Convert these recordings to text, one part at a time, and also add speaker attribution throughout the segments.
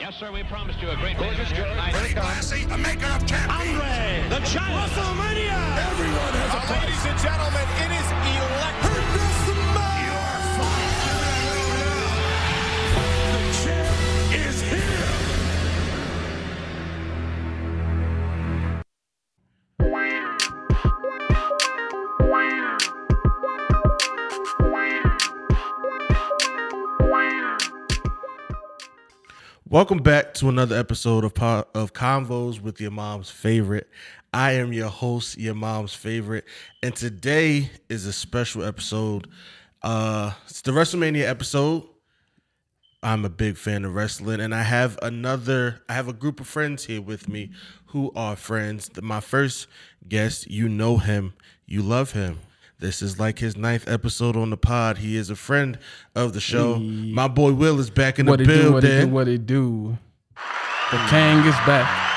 Speaker 1: Yes, sir, we promised you a great
Speaker 2: Gorgeous
Speaker 1: venue here
Speaker 2: George,
Speaker 1: tonight.
Speaker 2: Bernie Classy, a maker of champions.
Speaker 3: Andre, the giant. WrestleMania.
Speaker 2: Everyone has a place.
Speaker 4: Ladies and gentlemen, it is electric.
Speaker 2: You are fine. The champ is here.
Speaker 5: Welcome back to another episode of po- of Convos with Your Mom's Favorite. I am your host, Your Mom's Favorite, and today is a special episode. Uh, it's the WrestleMania episode. I'm a big fan of wrestling, and I have another. I have a group of friends here with me who are friends. My first guest, you know him, you love him. This is like his ninth episode on the pod. He is a friend of the show. My boy Will is back in
Speaker 6: What
Speaker 5: the
Speaker 6: it do,
Speaker 5: building.
Speaker 6: what it do, what it do. The king is back.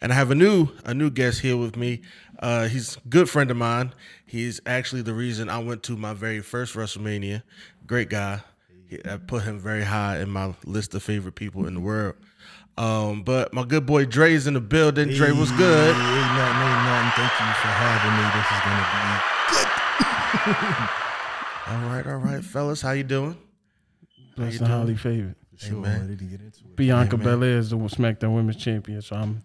Speaker 5: and I have a new a new guest here with me. Uh, he's a good friend of mine. He's actually the reason I went to my very first WrestleMania. Great guy. He- I put him very high in my list of favorite people in the world. Um, but my good boy Dre is in the building. Dre was good.
Speaker 7: Hey, ain't nothing, ain't nothing. Thank you for having me. This is gonna be
Speaker 5: All right, all right, fellas, how you doing?
Speaker 6: That's the highly favorite.
Speaker 7: sure
Speaker 5: man.
Speaker 7: ready to get into it.
Speaker 6: Bianca
Speaker 5: man.
Speaker 6: Belair is the SmackDown Women's Champion, so I'm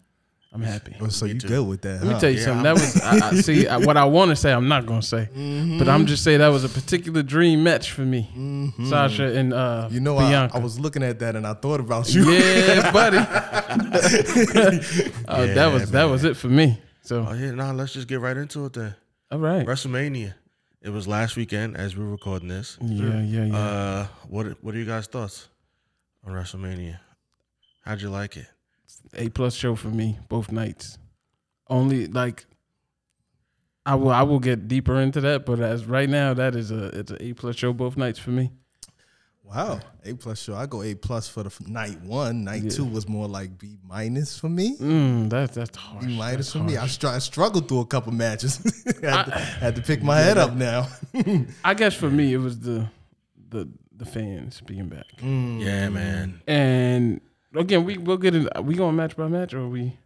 Speaker 6: I'm happy.
Speaker 7: Oh, so you good with that?
Speaker 6: Let me
Speaker 7: huh?
Speaker 6: tell you something. That was I, I, see I, what I want to say. I'm not gonna say, but I'm just saying that was a particular dream match for me, Sasha and uh,
Speaker 7: You know, I,
Speaker 6: Bianca.
Speaker 7: I was looking at that and I thought about you.
Speaker 6: yeah, buddy. uh, that was that was it for me.
Speaker 5: Oh
Speaker 6: So
Speaker 5: yeah, nah, let's just get right into it then.
Speaker 6: all right,
Speaker 5: WrestleMania. It was last weekend as we were recording this.
Speaker 6: yeah, yeah, yeah.
Speaker 5: Uh, what what are you guys' thoughts on WrestleMania? How'd you like it?
Speaker 6: A plus show for me both nights. Only like I will I will get deeper into that, but as right now that is a it's an A plus show both nights for me.
Speaker 7: Wow, A plus sure. I go A plus for the f- night one. Night two was more like B minus for me.
Speaker 6: Mm, that's that's harsh.
Speaker 7: B
Speaker 6: That's
Speaker 7: minus for me. I,
Speaker 6: harsh.
Speaker 7: str- I struggled through a couple matches. had, to, had to pick my head up now.
Speaker 6: I guess for me it was the the the fans being back.
Speaker 5: Yeah, man.
Speaker 6: And again, we we'll get in we going match by match or we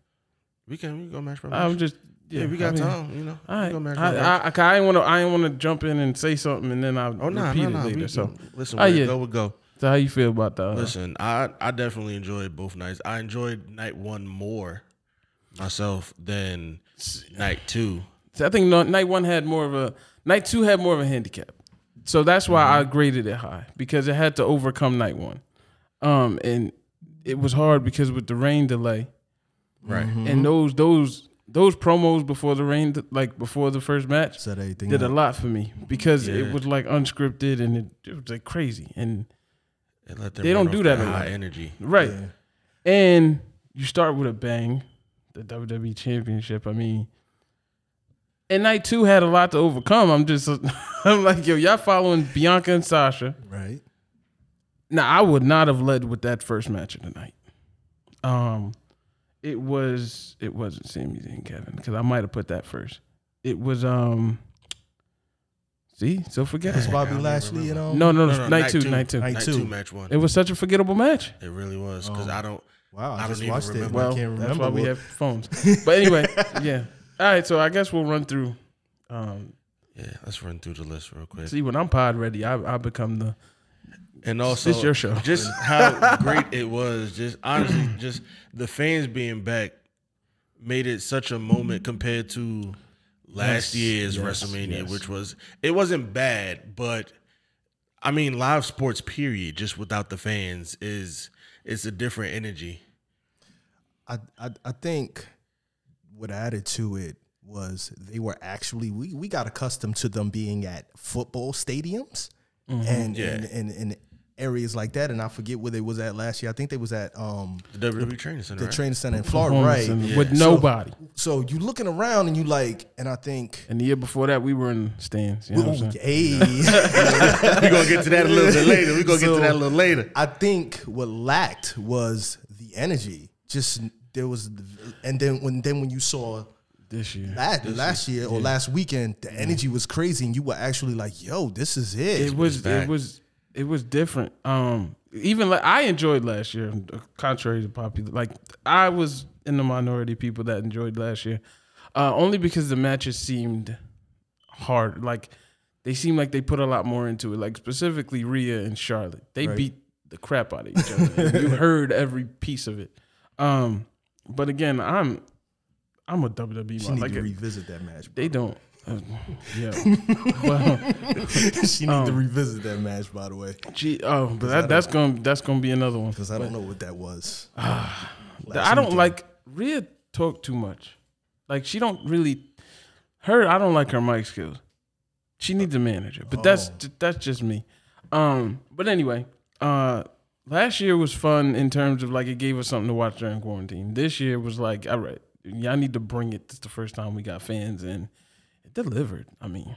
Speaker 5: We can we can go match by match.
Speaker 6: I'm just yeah,
Speaker 5: yeah, we got
Speaker 6: I mean,
Speaker 5: time. You know,
Speaker 6: All
Speaker 5: we
Speaker 6: right.
Speaker 5: go match by match.
Speaker 6: I, I, okay, I ain't want to. I ain't want to jump in and say something and then I
Speaker 5: oh no,
Speaker 6: repeat
Speaker 5: no, no.
Speaker 6: it later.
Speaker 5: we-
Speaker 6: so,
Speaker 5: listen,
Speaker 6: Oh,
Speaker 5: where it
Speaker 6: yeah.
Speaker 5: go we go.
Speaker 6: so how you feel about the? uh,
Speaker 5: Listen, I I definitely enjoyed both nights. I enjoyed night one more myself than night two.
Speaker 6: So I think no- night one had more of a night two had more of a handicap. So that's why I graded it high because it had to overcome night one. Um, and it was hard because with the rain delay
Speaker 5: Right.
Speaker 6: and those those those promos before the rain like before the first match
Speaker 7: Said everything.
Speaker 6: did a
Speaker 7: out.
Speaker 6: lot for me because
Speaker 5: Yeah.
Speaker 6: it was like unscripted and it, it was like crazy and
Speaker 5: It let them
Speaker 6: They don't
Speaker 5: run
Speaker 6: do
Speaker 5: off
Speaker 6: that
Speaker 5: the
Speaker 6: a lot.
Speaker 5: high energy.
Speaker 6: right. And you start with a bang, the WWE Championship. I mean, and night two had a lot to overcome. I'm just, I'm like, yo, y'all following Bianca and Sasha.
Speaker 7: Right.
Speaker 6: Now, I would not have led with that first match of the night. Um, it was, it wasn't Sami Zayn, Kevin, because I might have put that first. It was, um, see, so forget
Speaker 7: It's
Speaker 6: it.
Speaker 7: Bobby Lashley and all.
Speaker 6: No, no, no, night, two, night two,
Speaker 7: Night
Speaker 5: night
Speaker 7: two.
Speaker 5: two, match one.
Speaker 6: It Oh. was such a forgettable match.
Speaker 5: It really was because I don't.
Speaker 7: Wow, I,
Speaker 5: I
Speaker 7: just
Speaker 5: don't even
Speaker 7: watched it.
Speaker 5: remember.
Speaker 7: and
Speaker 6: Well,
Speaker 7: I can't remember.
Speaker 6: that's why we
Speaker 7: what-
Speaker 6: have phones. But anyway, yeah. All right, so I guess we'll run through. Um,
Speaker 5: Yeah, let's run through the list real quick.
Speaker 6: see, when I'm pod ready, I, I become the.
Speaker 5: and also
Speaker 6: This your show.
Speaker 5: Just how great it was. Just honestly, just the fans being back made it such a moment compared to last
Speaker 6: Yes,
Speaker 5: year's
Speaker 6: yes,
Speaker 5: WrestleMania,
Speaker 6: yes.
Speaker 5: which was it wasn't bad, but I mean live sports period, just without the fans is it's a different energy.
Speaker 7: I, I I think what added to it was they were actually we, we got accustomed to them being at football stadiums and,
Speaker 5: Mm-hmm. Yeah.
Speaker 7: and, and and areas like that and I forget where they was at last year. I think they was at um
Speaker 5: The WWE training center.
Speaker 7: the
Speaker 5: right?
Speaker 7: training center in Florida,
Speaker 6: homeless
Speaker 7: right?
Speaker 6: and- With
Speaker 7: So-
Speaker 6: nobody.
Speaker 7: So you looking around and you like and I think
Speaker 6: And the year before that, we were in stands. You know what I'm saying?
Speaker 7: hey
Speaker 5: We're gonna get to that a little bit later. We're gonna get
Speaker 7: So-
Speaker 5: to that a little later.
Speaker 7: I think what lacked was the energy. Just there was, and then when then when you saw
Speaker 6: this year.
Speaker 7: Last, last year or last weekend, the energy was crazy, and you were actually like, "Yo, this is it."
Speaker 6: it was
Speaker 5: back.
Speaker 6: it was it was different. Um, even like I enjoyed last year, contrary to popular. Like I was in the minority people that enjoyed last year, uh, only because the matches seemed hard. Like they seemed like they put a lot more into it. Like specifically Rhea and Charlotte, they beat the crap out of each other. And you heard every piece of it. Um, but again, I'm I'm a WWE.
Speaker 7: she
Speaker 6: mod.
Speaker 7: need
Speaker 6: Like
Speaker 7: to
Speaker 6: a-
Speaker 7: revisit that match.
Speaker 6: they don't. uh, yeah. well,
Speaker 7: she need
Speaker 6: um,
Speaker 7: to revisit that match, by the way,
Speaker 6: Gee, oh, but that, that's gonna that's gonna be another one.
Speaker 7: because I don't know what that was.
Speaker 6: Th- I don't like Rhea talk too much. Like she don't really her. I don't like her mic skills. She needs a manager, but that's ju- that's just me. Um, but anyway, uh, last year was fun in terms of like it gave us something to watch during quarantine. This year was like, all right, y'all need to bring it. This is the first time we got fans, and it delivered. I mean,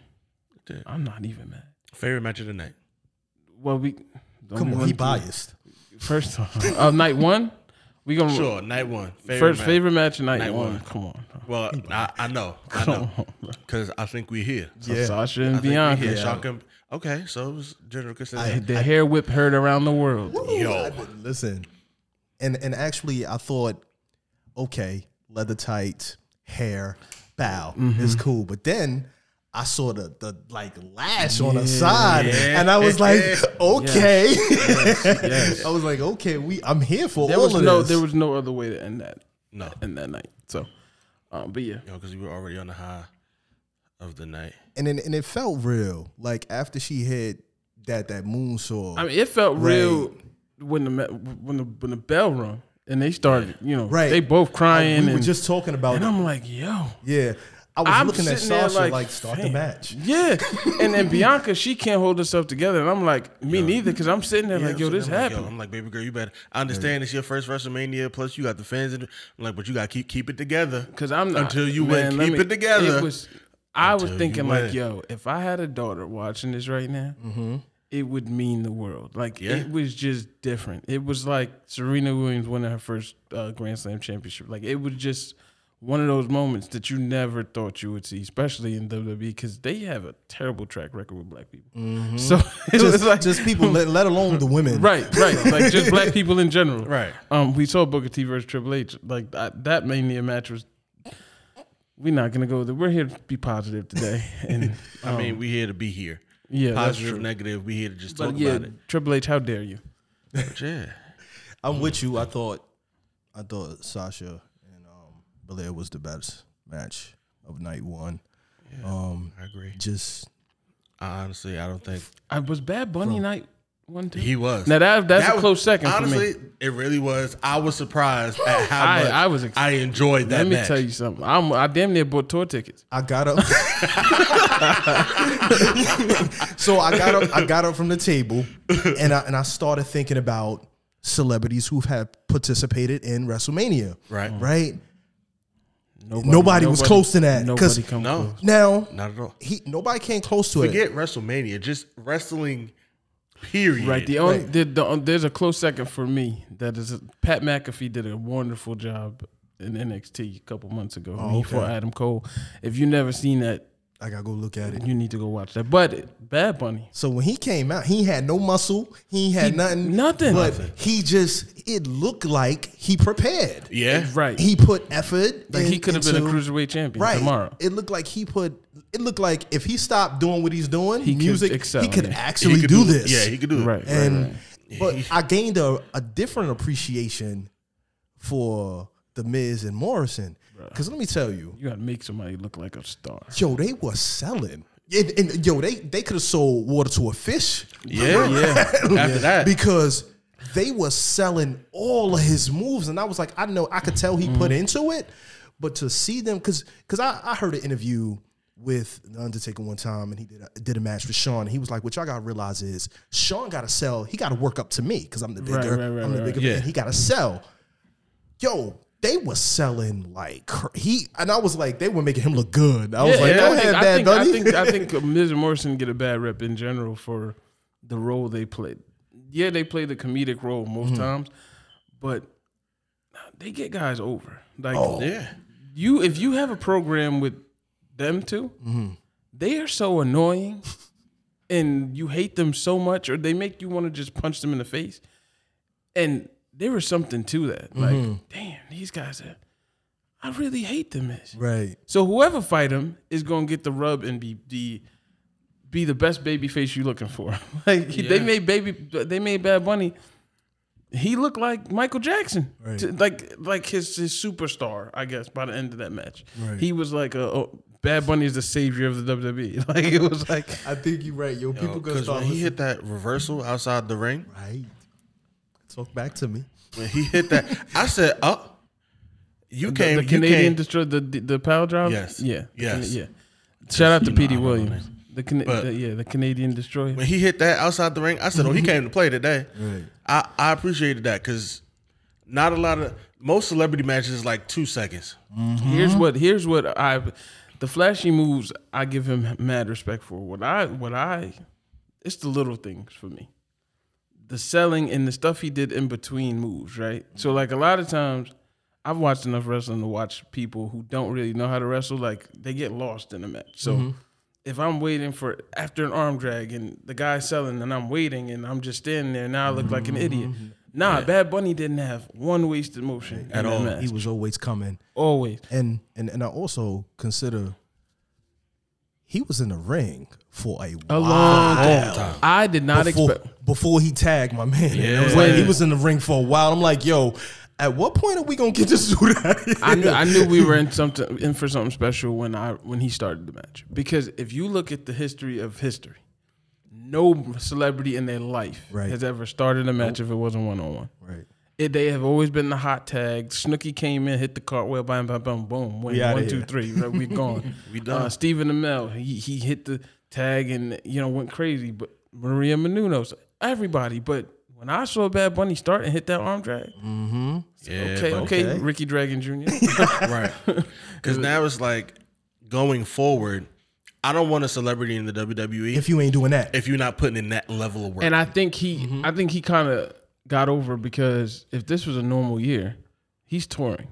Speaker 5: did.
Speaker 6: I'm not even mad.
Speaker 5: Favorite match of the night.
Speaker 6: Well, we
Speaker 7: Come on, he biased.
Speaker 6: First time of night one, we gonna
Speaker 5: Sure, night one. Favorite
Speaker 6: First
Speaker 5: match.
Speaker 6: favorite match of night,
Speaker 5: Night
Speaker 6: one.
Speaker 5: one.
Speaker 6: Come on, bro.
Speaker 5: Well, I, I know, I
Speaker 6: come
Speaker 5: know,
Speaker 6: on, bro.
Speaker 5: because I think we here.
Speaker 7: Yeah.
Speaker 6: Sasha and
Speaker 5: I think we
Speaker 6: Bianca.
Speaker 5: here. Sean Kim- okay, so it was general
Speaker 6: The-
Speaker 5: consensus.
Speaker 6: The hair whip heard around the world.
Speaker 5: Yo.
Speaker 7: listen, and and actually, I thought, okay, leather tight hair, bow
Speaker 6: Mm-hmm.
Speaker 7: is cool, but then. I saw the the like lash on the side, and I was like, okay. I was like, okay, we I'm here for
Speaker 6: There
Speaker 7: all
Speaker 6: was
Speaker 7: of
Speaker 6: no,
Speaker 7: this.
Speaker 6: there was no other way to end that,
Speaker 5: No,
Speaker 6: end that night. So, um, but yeah,
Speaker 5: because we were already on the high of the night.
Speaker 7: and then, and it felt real. Like after she hit that that moonsault,
Speaker 6: I mean, it felt
Speaker 7: Right.
Speaker 6: real when the ma- when the when the bell rung and they started, you know,
Speaker 7: Right.
Speaker 6: They both crying
Speaker 7: we were
Speaker 6: and
Speaker 7: just talking about.
Speaker 6: and I'm like, yo,
Speaker 7: yeah, I was
Speaker 6: I'm
Speaker 7: looking at
Speaker 6: sitting there
Speaker 7: Sasha
Speaker 6: like,
Speaker 7: like, start the
Speaker 6: fam.
Speaker 7: match.
Speaker 6: Yeah, and then Bianca, she can't hold herself together, and I'm like, me neither, because I'm sitting there like, yo,
Speaker 5: Yeah, so
Speaker 6: this
Speaker 5: I'm like, yo,
Speaker 6: happened.
Speaker 5: I'm like, baby girl, you better. I understand it's your first WrestleMania. Plus, you got the fans. In, I'm like, but you got to keep keep it together.
Speaker 6: Cause I'm not
Speaker 5: until you
Speaker 6: man,
Speaker 5: win.
Speaker 6: let
Speaker 5: Keep
Speaker 6: me-
Speaker 5: it together.
Speaker 6: It was, I was
Speaker 5: Until you
Speaker 6: thinking like,
Speaker 5: win.
Speaker 6: yo, if I had a daughter watching this right now, it would mean the world. Like
Speaker 5: Mm-hmm. Yeah.
Speaker 6: it was just different. It was like Serena Williams winning her first uh, Grand Slam championship. Like it was just one of those moments that you never thought you would see, especially in WWE, because they have a terrible track record with black people.
Speaker 5: Mm-hmm.
Speaker 6: So it
Speaker 7: Just,
Speaker 6: was like
Speaker 7: just people, let, let alone the women.
Speaker 6: Right, right. Like just black people in general.
Speaker 5: Right.
Speaker 6: Um, we saw Booker T versus Triple H. Like that, that mania match was. We're not gonna go there. We're here to be positive today, and
Speaker 5: I mean, we here to be here.
Speaker 6: um, yeah, that's
Speaker 5: Positive,
Speaker 6: true.
Speaker 5: negative. We here to just talk
Speaker 6: But yeah,
Speaker 5: about it.
Speaker 6: Triple H, how dare you?
Speaker 5: But yeah,
Speaker 7: I'm with you. I thought, I thought Sasha and um, Belair was the best match of night one. Um,
Speaker 5: I agree.
Speaker 7: just
Speaker 5: I honestly, I don't think
Speaker 6: I was Bad Bunny night one two.
Speaker 5: he was.
Speaker 6: Now that that's
Speaker 5: That
Speaker 6: a
Speaker 5: was-
Speaker 6: close second
Speaker 5: Honestly,
Speaker 6: for me.
Speaker 5: it really was. I was surprised at how
Speaker 6: I-
Speaker 5: much
Speaker 6: I was ex-
Speaker 5: I enjoyed that
Speaker 6: Let me
Speaker 5: match.
Speaker 6: tell you something. I'm I damn near bought tour tickets.
Speaker 7: I got up. so I got up. I got up from the table, and I and I started thinking about celebrities who have participated in WrestleMania.
Speaker 5: Right.
Speaker 7: Right. Nobody was close to that, 'cause-
Speaker 6: Nobody come
Speaker 5: No.
Speaker 6: close.
Speaker 7: Now,
Speaker 5: Not at all.
Speaker 7: he nobody came close to it.
Speaker 5: Forget WrestleMania, just wrestling. Period.
Speaker 6: Right. The only the, the, there's a close second for me. That is Pat McAfee did a wonderful job in NXT a couple months ago
Speaker 7: Oh,
Speaker 6: before Adam Cole. If you never seen that,
Speaker 7: I gotta go look at it.
Speaker 6: you need to go watch that. But Bad Bunny,
Speaker 7: So when he came out, he had no muscle. He had
Speaker 6: He-
Speaker 7: nothing.
Speaker 6: nothing.
Speaker 7: But he just it looked like he prepared.
Speaker 5: yeah.
Speaker 6: right?
Speaker 7: He put effort.
Speaker 6: like he
Speaker 7: in-
Speaker 6: could have been a
Speaker 7: into-
Speaker 6: cruiserweight champion
Speaker 7: Right.
Speaker 6: tomorrow.
Speaker 7: It looked like he put. It looked like if he stopped doing what he's doing,
Speaker 6: He could
Speaker 7: music,
Speaker 6: excel,
Speaker 7: he could
Speaker 6: yeah.
Speaker 7: actually
Speaker 5: could
Speaker 7: do, this.
Speaker 5: Yeah, he could do it.
Speaker 6: Right.
Speaker 7: and
Speaker 6: right, right.
Speaker 7: but I gained a, a different appreciation for the Miz and Morrison. Because let me tell you,
Speaker 6: You got to make somebody look like a star.
Speaker 7: yo, they were selling. And, and yo, they they could have sold water to a fish.
Speaker 5: Yeah, yeah. After that,
Speaker 7: because they were selling all of his moves, and I was like, I know, I could tell he
Speaker 6: Mm-hmm.
Speaker 7: put into it, but to see them, because because I, I heard an interview with the Undertaker one time, and he did a, did a match with Sean, and he was like, what y'all gotta realize is Sean gotta sell, he gotta work up to me because I'm the bigger,
Speaker 6: Right, right, right,
Speaker 7: I'm the
Speaker 6: right,
Speaker 7: bigger,
Speaker 5: right.
Speaker 7: man,
Speaker 5: Yeah.
Speaker 7: he gotta sell. Yo. They were selling like cra- he and I was like they were making him look good. I was like,
Speaker 6: and
Speaker 7: go
Speaker 6: I
Speaker 7: ahead,
Speaker 6: think,
Speaker 7: bad
Speaker 6: I think,
Speaker 7: buddy.
Speaker 6: I think I think Ms. Morrison get a bad rep in general for the role they played. Yeah, they play the comedic
Speaker 7: Mm-hmm. Oh.
Speaker 6: role most times, but they get guys over. Like
Speaker 5: yeah.
Speaker 6: you if you have a program with them too,
Speaker 7: Mm-hmm.
Speaker 6: they are so annoying, and you hate them so much, or they make you want to just punch them in the face. And there was something to that. Like,
Speaker 7: Mm-hmm.
Speaker 6: damn, these guys are. I really hate them. This.
Speaker 7: Right.
Speaker 6: So whoever fight him is gonna get the rub and be the be the best baby face you looking for. like they made baby, they made Bad Bunny. He looked like Michael Jackson,
Speaker 7: Right.
Speaker 6: To- like like his his superstar. I guess by the end of that match,
Speaker 7: Right.
Speaker 6: he was like a. a- Bad Bunny is the savior of the WWE. Like it was like
Speaker 7: I think you're right. Yo, people gonna
Speaker 5: Because
Speaker 7: start.
Speaker 5: Oh, when he
Speaker 7: listening-
Speaker 5: hit that reversal outside the ring,
Speaker 7: right. Talk back to me.
Speaker 5: when he hit that, I said, "Oh, you
Speaker 6: the,
Speaker 5: came, you
Speaker 6: Canadian
Speaker 5: came."
Speaker 6: destroyed the the power drive.
Speaker 5: Yes.
Speaker 6: yeah, The
Speaker 5: Yes.
Speaker 6: Cana- yeah. Shout out to
Speaker 5: Nah, I
Speaker 6: Petey
Speaker 5: don't know
Speaker 6: Williams, the, Cana-
Speaker 5: But-
Speaker 6: the- yeah, the Canadian destroyer.
Speaker 5: when he hit that outside the ring, I said, "Oh, he came to play today."
Speaker 7: Right.
Speaker 5: I I appreciated that because not a lot of most celebrity matches is like two seconds.
Speaker 6: Here's what here's what I the flashy moves I give him mad respect for. What I what I it's the little things for me. The selling and the stuff he did in between moves, right? So like a lot of times I've watched enough wrestling to watch people who don't really know how to wrestle, like they get lost in the match. So if I'm waiting for after an arm drag and the guy's selling and I'm waiting and I'm just standing there, now I look like an idiot. Nah, Bad Bunny didn't have one wasted motion at all.
Speaker 7: He was always coming.
Speaker 6: Always.
Speaker 7: and and and I also consider he was in the ring for a,
Speaker 6: A
Speaker 7: while
Speaker 6: long time. I did not
Speaker 7: before,
Speaker 6: expect.
Speaker 7: before he tagged my man. It was
Speaker 6: Yeah.
Speaker 7: like he was in the ring for a while. I'm like, yo, at what point are we gonna get this dude out of here?
Speaker 6: I knew, I knew we were in something in for something special when I when he started the match because if you look at the history of history, no celebrity in their life
Speaker 7: Right.
Speaker 6: has ever started a match if it wasn't one on one.
Speaker 7: Right.
Speaker 6: It, they have always been the hot tag. Snooki came in, hit the cartwheel, bam, bam, bam, boom. Win.
Speaker 7: We outta
Speaker 6: One, two,
Speaker 7: here.
Speaker 6: three. Right, we gone. we
Speaker 5: done.
Speaker 6: Uh, Stephen Amell, he, he hit the tag and you know went crazy. But Maria Menounos, everybody. But when I saw Bad Bunny start and hit that arm drag, okay,
Speaker 5: but-
Speaker 6: okay,
Speaker 7: Okay.
Speaker 6: Ricky Dragon Jr.
Speaker 5: right? Because now it's like going forward. I don't want a celebrity in the WWE
Speaker 7: If
Speaker 5: if,
Speaker 7: you ain't doing that,
Speaker 5: you're not putting in that level of work.
Speaker 6: and I think he,
Speaker 7: Mm-hmm.
Speaker 6: I think he kind of got over because if this was a normal year, he's touring.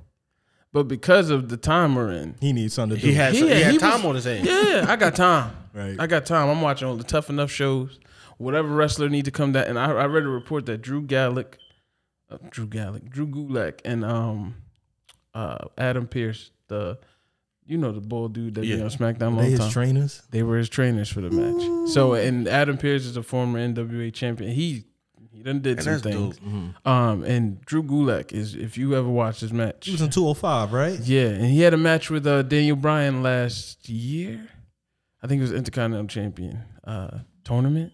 Speaker 6: But because of the time we're in,
Speaker 7: he needs something to do.
Speaker 5: he had he,
Speaker 6: Yeah,
Speaker 5: had
Speaker 6: he
Speaker 5: time
Speaker 6: was-
Speaker 5: on his hands.
Speaker 6: Yeah, I got time.
Speaker 7: Right.
Speaker 6: I got time. I'm watching all the tough enough shows. Whatever wrestler need to come down. And I, I read a report that Drew Gallick, uh, Drew Gallick, Drew Gulak, and um, uh, Adam Pierce, the you know the bald dude that
Speaker 5: Yeah.
Speaker 6: be on SmackDown
Speaker 7: they
Speaker 6: all the
Speaker 7: his
Speaker 6: time.
Speaker 7: trainers.
Speaker 6: they were his trainers for the match. So and Adam Pierce is a former NWA champion. He he done did
Speaker 5: And
Speaker 6: some
Speaker 5: that's
Speaker 6: things.
Speaker 5: dope.
Speaker 6: Um, and Drew Gulak is if you ever watch his match,
Speaker 7: He was in 205, right?
Speaker 6: yeah, and he had a match with uh, Daniel Bryan last year. I think it was Intercontinental Champion uh, tournament.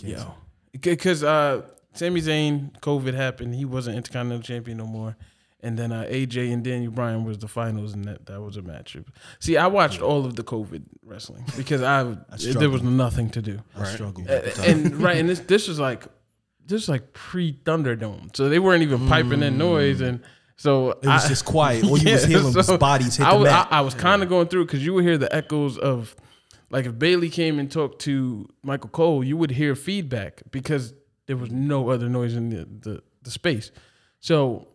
Speaker 6: Yo, because uh, Sami Zayn, COVID happened. He wasn't Intercontinental Champion no more. And then uh, AJ and Daniel Bryan was the finals, and that, that was a match. See, I watched all of the COVID wrestling because I, there was nothing to do.
Speaker 7: I struggled.
Speaker 6: Uh, and right, and this this was like this was like pre Thunderdome, so they weren't even piping in noise, and so
Speaker 7: Mm. it was just quiet. All you was hearing was bodies hit
Speaker 6: I
Speaker 7: the
Speaker 6: was,
Speaker 7: mat.
Speaker 6: I, I was kind of going through because you would hear the echoes of, like, if Bailey came and talked to Michael Cole, you would hear feedback because there was no other noise in the, the, the space. So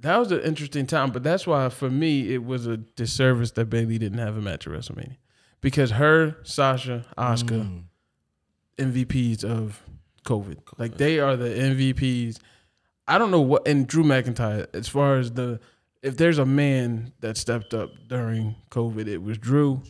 Speaker 6: that was an interesting time, but that's why for me it was a disservice that Bailey didn't have a match at WrestleMania because her, Sasha, Oscar,
Speaker 7: Mm.
Speaker 6: MVPs of COVID. Like they are the MVPs. I don't know what and Drew McIntyre as far as the if there's a man that stepped up during COVID, it was Drew.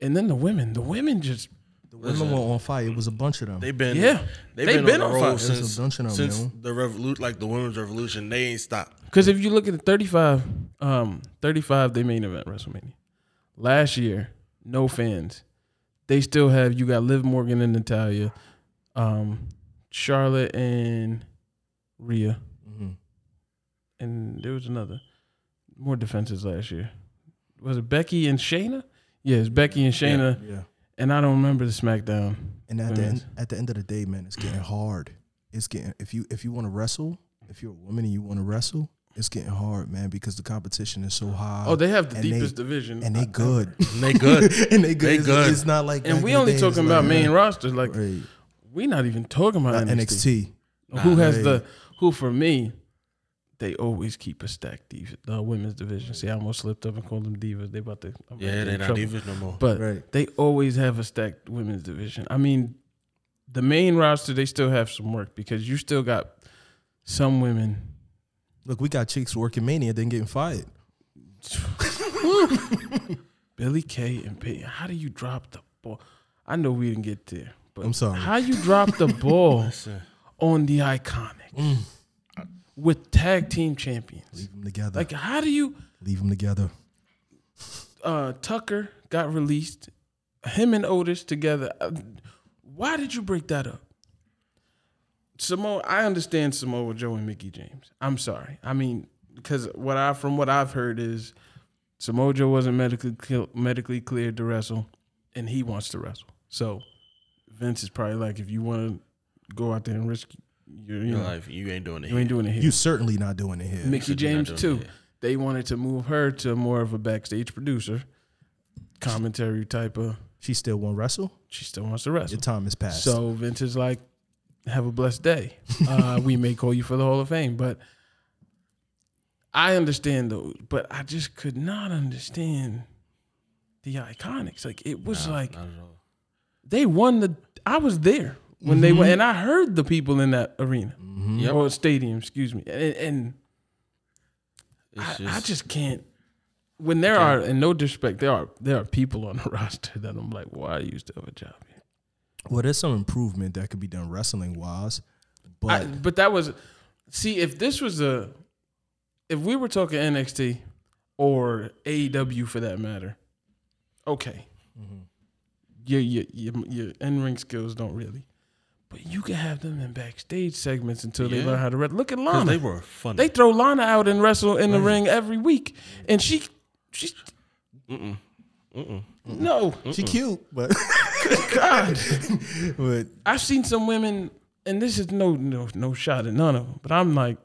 Speaker 6: And then the women, the women just
Speaker 7: the women were on fire. It was a bunch of them.
Speaker 5: They've been
Speaker 6: Yeah.
Speaker 5: They've
Speaker 6: They
Speaker 5: been,
Speaker 6: been
Speaker 5: on
Speaker 6: on
Speaker 5: the
Speaker 6: fire.
Speaker 5: road
Speaker 6: There's
Speaker 7: a
Speaker 5: since,
Speaker 7: bunch of them,
Speaker 5: since
Speaker 7: yo.
Speaker 5: the revolu- like the women's revolution. They ain't stopped.
Speaker 6: because if you look at the 35, um, 35, they main event WrestleMania last year, no fans. They still have you got Liv Morgan and Natalia, um, Charlotte and Rhea,
Speaker 7: Mm-hmm.
Speaker 6: and there was another more defenses last year. Was it Becky and Shayna? Yes, Becky and Shayna.
Speaker 7: yeah.
Speaker 6: And I don't remember the SmackDown.
Speaker 7: And at the
Speaker 6: women's.
Speaker 7: end, at the end of the day, man, it's getting hard. It's getting if you if you want to wrestle, if you're a woman and you want to wrestle, it's getting hard, man, because the competition is so high.
Speaker 6: oh, they have the
Speaker 7: and they-
Speaker 6: deepest division,
Speaker 7: and they good,
Speaker 5: And they good.
Speaker 7: and they good.
Speaker 5: They
Speaker 7: it's,
Speaker 5: good.
Speaker 7: it's not like
Speaker 6: And
Speaker 7: back
Speaker 6: we
Speaker 7: in the
Speaker 6: only
Speaker 7: day,
Speaker 6: talking
Speaker 7: it's
Speaker 6: about
Speaker 7: like,
Speaker 6: main
Speaker 7: yeah,
Speaker 6: rosters. Like
Speaker 7: right.
Speaker 6: we not even talking about
Speaker 7: Not
Speaker 6: NXT.
Speaker 7: NXT.
Speaker 6: who has the who for me They always keep a stacked div- uh, women's division. See, I almost slipped up and called them divas. They about to I'm
Speaker 5: Yeah,
Speaker 6: about to
Speaker 5: they're
Speaker 6: get in
Speaker 5: not
Speaker 6: trouble.
Speaker 5: divas no more.
Speaker 6: But
Speaker 7: Right.
Speaker 6: they always have a stacked women's division. I mean, the main roster they still have some work because you still got some women.
Speaker 7: Look, we got chicks working mania, then getting fired.
Speaker 6: Billy Kay and Peyton. How do you drop the ball? I know we didn't get there, but
Speaker 7: I'm sorry.
Speaker 6: How you drop the ball on the iconic
Speaker 5: Mm.
Speaker 6: with tag team champions?
Speaker 7: Leave them together.
Speaker 6: Like, how do you?
Speaker 7: Leave them together.
Speaker 6: uh, Tucker got released, him and Otis together. Uh, Why did you break that up? Samoa, I understand Samoa Joe and Mickey James. I'm sorry. I mean, because what I from what I've heard is Samoa Joe wasn't medically cl- medically cleared to wrestle, and he wants to wrestle. So Vince is probably like, if you want to go out there and risk your, you
Speaker 5: Your
Speaker 6: know,
Speaker 5: life, you ain't doing it.
Speaker 6: you ain't doing it here.
Speaker 7: You certainly not doing it here.
Speaker 6: Mickey
Speaker 5: Should be not
Speaker 6: James
Speaker 5: doing
Speaker 6: too.
Speaker 5: it, yeah.
Speaker 6: They wanted to move her to more of a backstage producer, commentary type of.
Speaker 7: she still won't wrestle.
Speaker 6: She still wants to
Speaker 7: Your
Speaker 6: wrestle.
Speaker 7: time has passed.
Speaker 6: So Vince is like, "Have a blessed day. Uh, we may call you for the Hall of Fame." But I understand those. But I just could not understand the iconics. Like it was like
Speaker 5: Not at all.
Speaker 6: they won the. I was there when they won, and I heard the people in that arena
Speaker 5: Yep.
Speaker 6: or stadium. Excuse me, and. and I,
Speaker 5: It's
Speaker 6: I
Speaker 5: just,
Speaker 6: just can't. When there are, and no disrespect, there are there are people on the roster that I'm like, why do you still have a job here?
Speaker 7: well, there's some improvement that could be done wrestling wise,
Speaker 6: I,
Speaker 7: but
Speaker 6: but that was, see, if this was a, if we were talking NXT or AEW for that matter, okay,
Speaker 5: Mm-hmm.
Speaker 6: your your your, your in ring skills don't really, but you can have them in backstage segments until they
Speaker 5: Yeah.
Speaker 6: learn how to wrestle. Look at
Speaker 5: 'cause
Speaker 6: Lana,
Speaker 5: they were funny.
Speaker 6: They throw Lana out and wrestle in the ring every week, and she, she, no.
Speaker 7: she cute. But
Speaker 6: God,
Speaker 7: but
Speaker 6: I've seen some women, and this is no no no shot at none of them, but I'm like,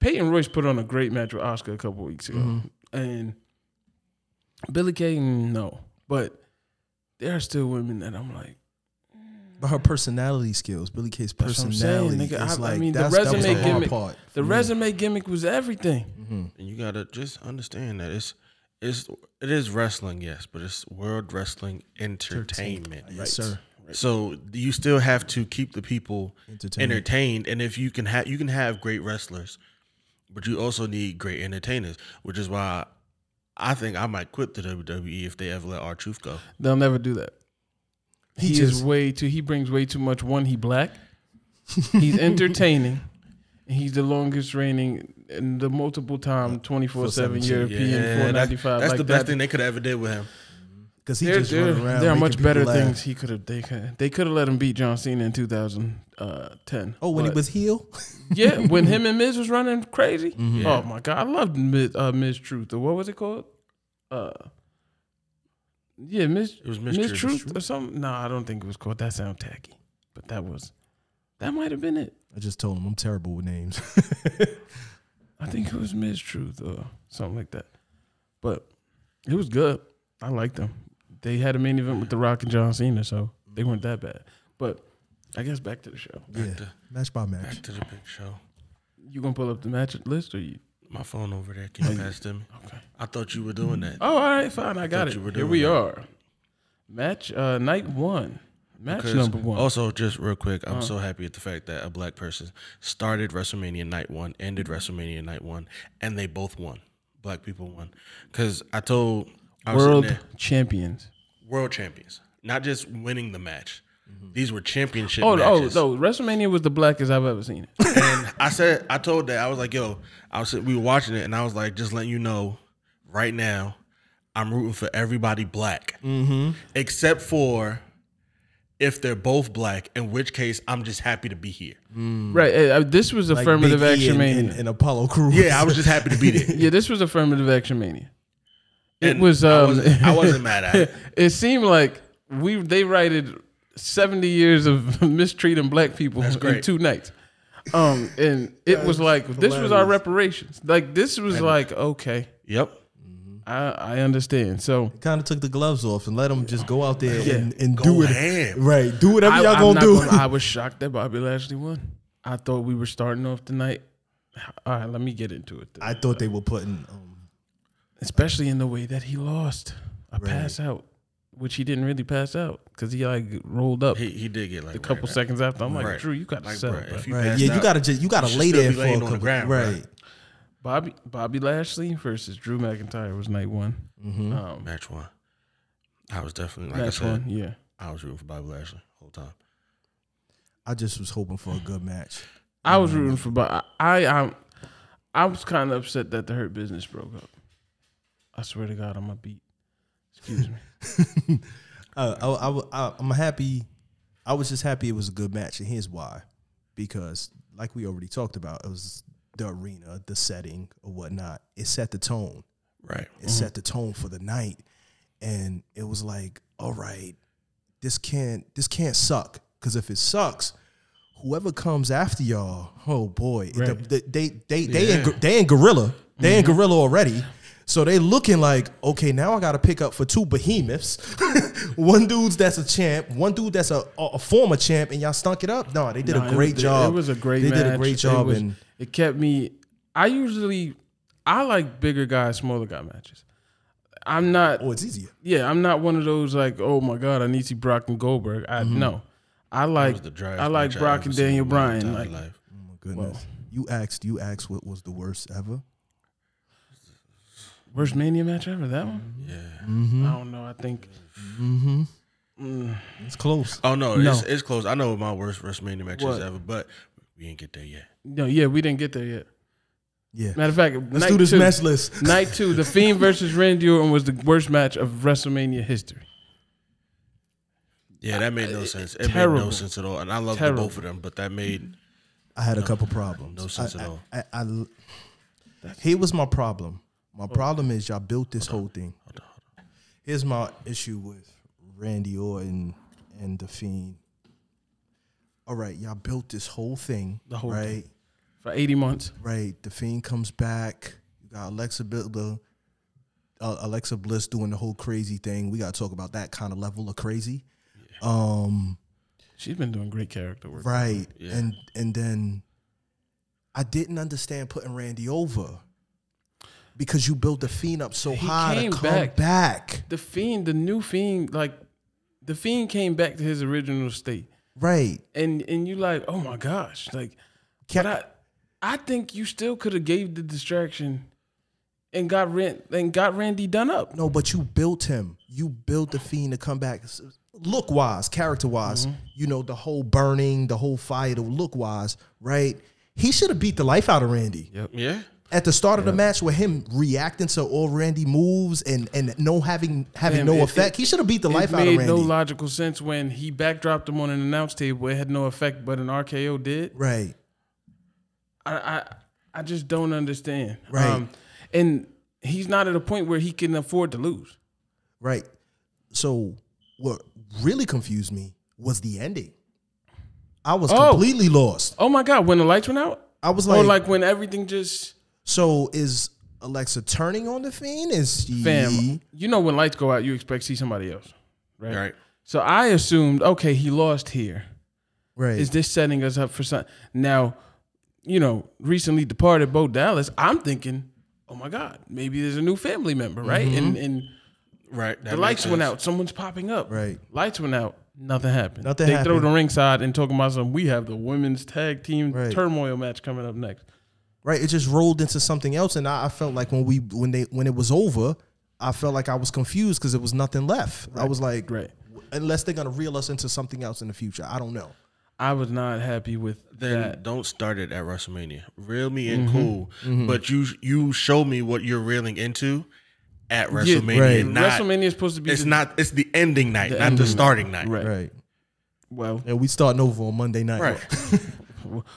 Speaker 6: Peyton Royce put on a great match with Oscar a couple weeks ago, and Billy Kay, no, but there are still women that I'm like.
Speaker 7: But her personality skills, Billy Kay's
Speaker 6: That's what I'm saying,
Speaker 7: personality.
Speaker 6: nigga.
Speaker 7: is
Speaker 6: I- I
Speaker 7: like,
Speaker 6: mean, the
Speaker 7: that's, that was
Speaker 6: resume
Speaker 7: the hard
Speaker 6: gimmick-
Speaker 7: part.
Speaker 6: The resume gimmick was everything.
Speaker 5: and you gotta just understand that it's it's it is wrestling, yes, but it's world wrestling entertainment.
Speaker 7: Yes, sir.
Speaker 5: So you still have to keep the people
Speaker 7: Entertained.
Speaker 5: entertained, and if you can have you can have great wrestlers, but you also need great entertainers, which is why I think I might quit the WWE if they ever let our truth go.
Speaker 6: They'll never do that. He,
Speaker 7: He
Speaker 6: is
Speaker 7: just-
Speaker 6: way too. He brings way too much. One, he black. He's entertaining. and he's the longest reigning and the multiple time twenty four seven European four
Speaker 5: that-
Speaker 6: ninety five.
Speaker 5: that's
Speaker 6: like
Speaker 5: the best
Speaker 6: that.
Speaker 5: thing they could have ever did with him.
Speaker 7: Because he
Speaker 6: There,
Speaker 7: just
Speaker 6: there,
Speaker 7: run around.
Speaker 6: there are
Speaker 7: making
Speaker 6: much
Speaker 7: people
Speaker 6: better
Speaker 7: laugh.
Speaker 6: things he could have. They could. They could have let him beat John Cena in two thousand ten.
Speaker 7: Oh, when he was heel,
Speaker 6: yeah, when him and Miz was running crazy. Oh my god, I loved Miz, uh, Miz Truth or what was it called? Uh, yeah, Miz.
Speaker 5: was
Speaker 6: Miz,
Speaker 5: Miz
Speaker 6: Truth,
Speaker 5: Truth.
Speaker 6: or something. No, I don't think it was called. That sound tacky, but that was that might have been it.
Speaker 7: I just told him I'm terrible with names.
Speaker 6: I think it was Miz Truth or something like that. But it was good. I liked them. They had a main event with The Rock and John Cena, so they weren't that bad. But I guess back to the show.
Speaker 7: yeah, match by match.
Speaker 5: Back to the big show.
Speaker 6: You gonna pull up the match list or you?
Speaker 5: My phone over there. Can you pass them?
Speaker 6: Okay.
Speaker 5: I thought you were doing that.
Speaker 6: Oh, all right, fine. I got
Speaker 5: Thought
Speaker 6: it.
Speaker 5: you were
Speaker 6: Here
Speaker 5: doing
Speaker 6: we
Speaker 5: that.
Speaker 6: are. Match uh, night one. Match
Speaker 5: 'Cause
Speaker 6: number one. Uh-huh.
Speaker 5: Also, just real quick, I'm so happy at the fact that a black person started WrestleMania night one, ended WrestleMania night one, and they both won. Black people won. Because I told I was sitting
Speaker 6: World
Speaker 5: there,
Speaker 6: champions.
Speaker 5: world champions, not just winning the match. These were championship
Speaker 6: Oh, oh,
Speaker 5: matches.
Speaker 6: no! WrestleMania was the blackest I've ever seen it.
Speaker 5: And I said, I told that I was like, yo, I was we were watching it, and I was like, just letting you know, right now, I'm rooting for everybody black, mm-hmm. except for if they're both black, in which case I'm just happy to be here. Mm.
Speaker 6: right. eh, uh, This was
Speaker 7: Like
Speaker 6: affirmative
Speaker 7: Big E
Speaker 6: action
Speaker 7: and,
Speaker 6: mania.
Speaker 7: and, and Apollo Crews.
Speaker 5: Yeah, I was just happy to be there.
Speaker 6: Yeah, this was affirmative action mania. It
Speaker 5: And
Speaker 6: was.
Speaker 5: I
Speaker 6: Um,
Speaker 5: wasn't, I wasn't mad at it.
Speaker 6: it seemed like we they righted seventy years of mistreating black people in
Speaker 5: great.
Speaker 6: two nights. Um, and it was like this was our reparations. Like this was like okay,
Speaker 5: Yep.
Speaker 6: I I understand. So
Speaker 7: kind of took the gloves off and let him just go out there and, and
Speaker 5: Go
Speaker 7: do it.
Speaker 5: ham.
Speaker 7: Right, do whatever
Speaker 6: I,
Speaker 7: y'all
Speaker 6: I'm
Speaker 7: gonna
Speaker 6: not
Speaker 7: do.
Speaker 6: gonna- I was shocked that Bobby Lashley won. I thought we were starting off the night All right, let me get into it. Then.
Speaker 7: I thought they were putting. Um,
Speaker 6: Especially in the way that he lost a pass out, which he didn't really pass out because he like rolled up
Speaker 5: He, he did get like
Speaker 6: a couple seconds after. I'm like,
Speaker 5: Right.
Speaker 6: Drew, you got to
Speaker 5: Like,
Speaker 6: sell.
Speaker 5: bruh,
Speaker 6: bro."
Speaker 5: if you
Speaker 7: right,
Speaker 5: passed
Speaker 7: yeah, you
Speaker 5: out-
Speaker 7: gotta just you gotta
Speaker 5: you should
Speaker 7: lay
Speaker 5: still
Speaker 7: there
Speaker 5: be
Speaker 7: for a
Speaker 5: laying on the
Speaker 7: couple.
Speaker 5: ground, bruh.
Speaker 7: right,
Speaker 6: Bobby Bobby Lashley versus Drew McIntyre was night one.
Speaker 5: Mm-hmm.
Speaker 6: Um,
Speaker 5: match one. I was definitely like
Speaker 6: match
Speaker 5: I said,
Speaker 6: one, yeah.
Speaker 5: I was rooting for Bobby Lashley the whole time.
Speaker 7: I just was hoping for a good match.
Speaker 6: I
Speaker 5: Mm-hmm.
Speaker 6: was rooting for Bob. I I, I was kind of upset that the Hurt Business broke up. I swear to God, I'm a beat. Excuse me.
Speaker 7: Uh, I, I, wa- I, I'm happy. I was just happy it was a good match, and here's why: because, like we already talked about, it was the arena, the setting, or whatnot. It set the tone.
Speaker 5: Right.
Speaker 7: It set the tone for the night, and it was like, all right, this can't this can't suck. Because if it sucks, whoever comes after y'all, oh boy, the-
Speaker 6: Right. Mm-hmm.
Speaker 7: the- they they they in, gor- they in gorilla, they in gorilla already. So they looking like, okay, now I got to pick up for two behemoths. one dude's that's a champ, one dude that's a, a, a former champ, and y'all stunk it up. No, they did
Speaker 6: Nah,
Speaker 7: a
Speaker 6: it
Speaker 7: great
Speaker 6: was-
Speaker 7: job.
Speaker 6: It was a great.
Speaker 7: They
Speaker 6: match.
Speaker 7: did a great
Speaker 6: It
Speaker 7: job,
Speaker 6: was-
Speaker 7: and
Speaker 6: it kept me. I usually, I like bigger guy, smaller guy matches. I'm not.
Speaker 7: oh, it's easier.
Speaker 6: Yeah, I'm not one of those like, oh my god, I need to see Brock and Goldberg. I
Speaker 7: Mm-hmm.
Speaker 6: no, I like
Speaker 5: was the driest
Speaker 6: I like
Speaker 5: match
Speaker 6: Brock
Speaker 5: ever
Speaker 6: and
Speaker 5: seen in
Speaker 6: Daniel
Speaker 5: my
Speaker 6: Bryan.
Speaker 5: entire
Speaker 6: Like,
Speaker 5: life.
Speaker 7: Oh my goodness, you asked, you asked what was the worst ever.
Speaker 6: worst Mania match ever. That one. Yeah.
Speaker 7: Mm-hmm.
Speaker 6: I don't know. I think
Speaker 7: It's close.
Speaker 5: Oh no, it's, it's close. I know my worst WrestMania matches
Speaker 6: What?
Speaker 5: ever, but we didn't get there yet.
Speaker 6: no. Yeah, we didn't get there yet.
Speaker 7: Yeah.
Speaker 6: Matter of fact,
Speaker 7: Let's
Speaker 6: night
Speaker 7: do this
Speaker 6: two,
Speaker 7: match list.
Speaker 6: Night two, the Fiend versus Randy Orton was the worst match of WrestleMania history.
Speaker 5: Yeah, that made no sense. It made no
Speaker 6: Uh, terrible.
Speaker 5: sense at all. And I love
Speaker 6: Terrible.
Speaker 5: both of them, but that made
Speaker 7: I had a couple problems.
Speaker 5: no sense
Speaker 7: I,
Speaker 5: at all.
Speaker 7: I, I, I- here was my problem. My problem is y'all built this whole thing. Here's my issue with Randy Orton and The Fiend. All right, y'all built this whole thing. The
Speaker 6: whole
Speaker 7: right,
Speaker 6: For 80 months,
Speaker 7: right. The Fiend comes back. You got Alexa Bliss, uh, Alexa Bliss doing the whole crazy thing. We got to talk about that kind of level of crazy. Um.
Speaker 6: she's been doing great character work.
Speaker 7: Right. And and then I didn't understand putting Randy over because you built the fiend up so high to
Speaker 6: came
Speaker 7: come back.
Speaker 6: back. The Fiend, the new Fiend, like the Fiend came back to his original state,
Speaker 7: Right.
Speaker 6: and and you like, oh my gosh, like,
Speaker 7: Can
Speaker 6: but I, I think you still could have gave the distraction, and got rent and got Randy done up.
Speaker 7: no, but you built him. You built the fiend to come back. Look wise, character wise,
Speaker 6: Mm-hmm.
Speaker 7: you know, the whole burning, the whole fire, the look wise, right? He should have beat the life out of Randy.
Speaker 5: yeah.
Speaker 7: At the start of the match with him reacting to all Randy moves and and no having having
Speaker 6: Damn,
Speaker 7: no
Speaker 6: it- it-
Speaker 7: effect, he should have beat the life
Speaker 6: it
Speaker 7: out of
Speaker 6: made
Speaker 7: Randy.
Speaker 6: no logical sense when he backdropped him on an announce table. It had no effect, but an RKO did.
Speaker 7: right.
Speaker 6: I, I, I just don't understand. Um,
Speaker 7: Right.
Speaker 6: and he's not at a point where he can afford to lose.
Speaker 7: Right. So what really confused me was the ending. I was
Speaker 6: Oh.
Speaker 7: completely lost.
Speaker 6: Oh my God! When the lights went out,
Speaker 7: I was
Speaker 6: or
Speaker 7: like,
Speaker 6: like when everything just
Speaker 7: so is Alexa turning on the fiend? Is she
Speaker 6: fam. You know when lights go out, you expect to see somebody else, right?
Speaker 5: Right.
Speaker 6: So I assumed, okay, he lost here.
Speaker 7: right?
Speaker 6: Is this setting us up for something? Now, you know, recently departed Bo Dallas. I'm thinking, oh my God, maybe there's a new family member, right?
Speaker 7: Mm-hmm.
Speaker 6: And and
Speaker 5: Right.
Speaker 6: the lights went out. Someone's popping up.
Speaker 7: Right.
Speaker 6: Lights went out. Nothing happened.
Speaker 7: Nothing
Speaker 6: They throw
Speaker 7: happened.
Speaker 6: the ringside and talking about some. We have the women's tag team
Speaker 7: Right.
Speaker 6: turmoil match coming up next.
Speaker 7: right. It just rolled into something else, and I, I felt like when we when they when it was over, I felt like I was confused because there was nothing left. I was like,
Speaker 6: Right.
Speaker 7: unless they're gonna reel us into something else in the future, I don't know.
Speaker 6: I was not happy with
Speaker 5: Then
Speaker 6: that. Mm-hmm.
Speaker 5: don't start it at WrestleMania. Reel me in cool, but you you show me what you're reeling into at WrestleMania.
Speaker 7: right.
Speaker 5: Not,
Speaker 6: WrestleMania is supposed to be.
Speaker 5: It's
Speaker 6: the-
Speaker 5: not. It's the ending night, not
Speaker 6: ending
Speaker 5: the
Speaker 6: night.
Speaker 5: starting night.
Speaker 6: right.
Speaker 7: Right.
Speaker 6: Well,
Speaker 7: And we starting over on Monday night.
Speaker 5: Right.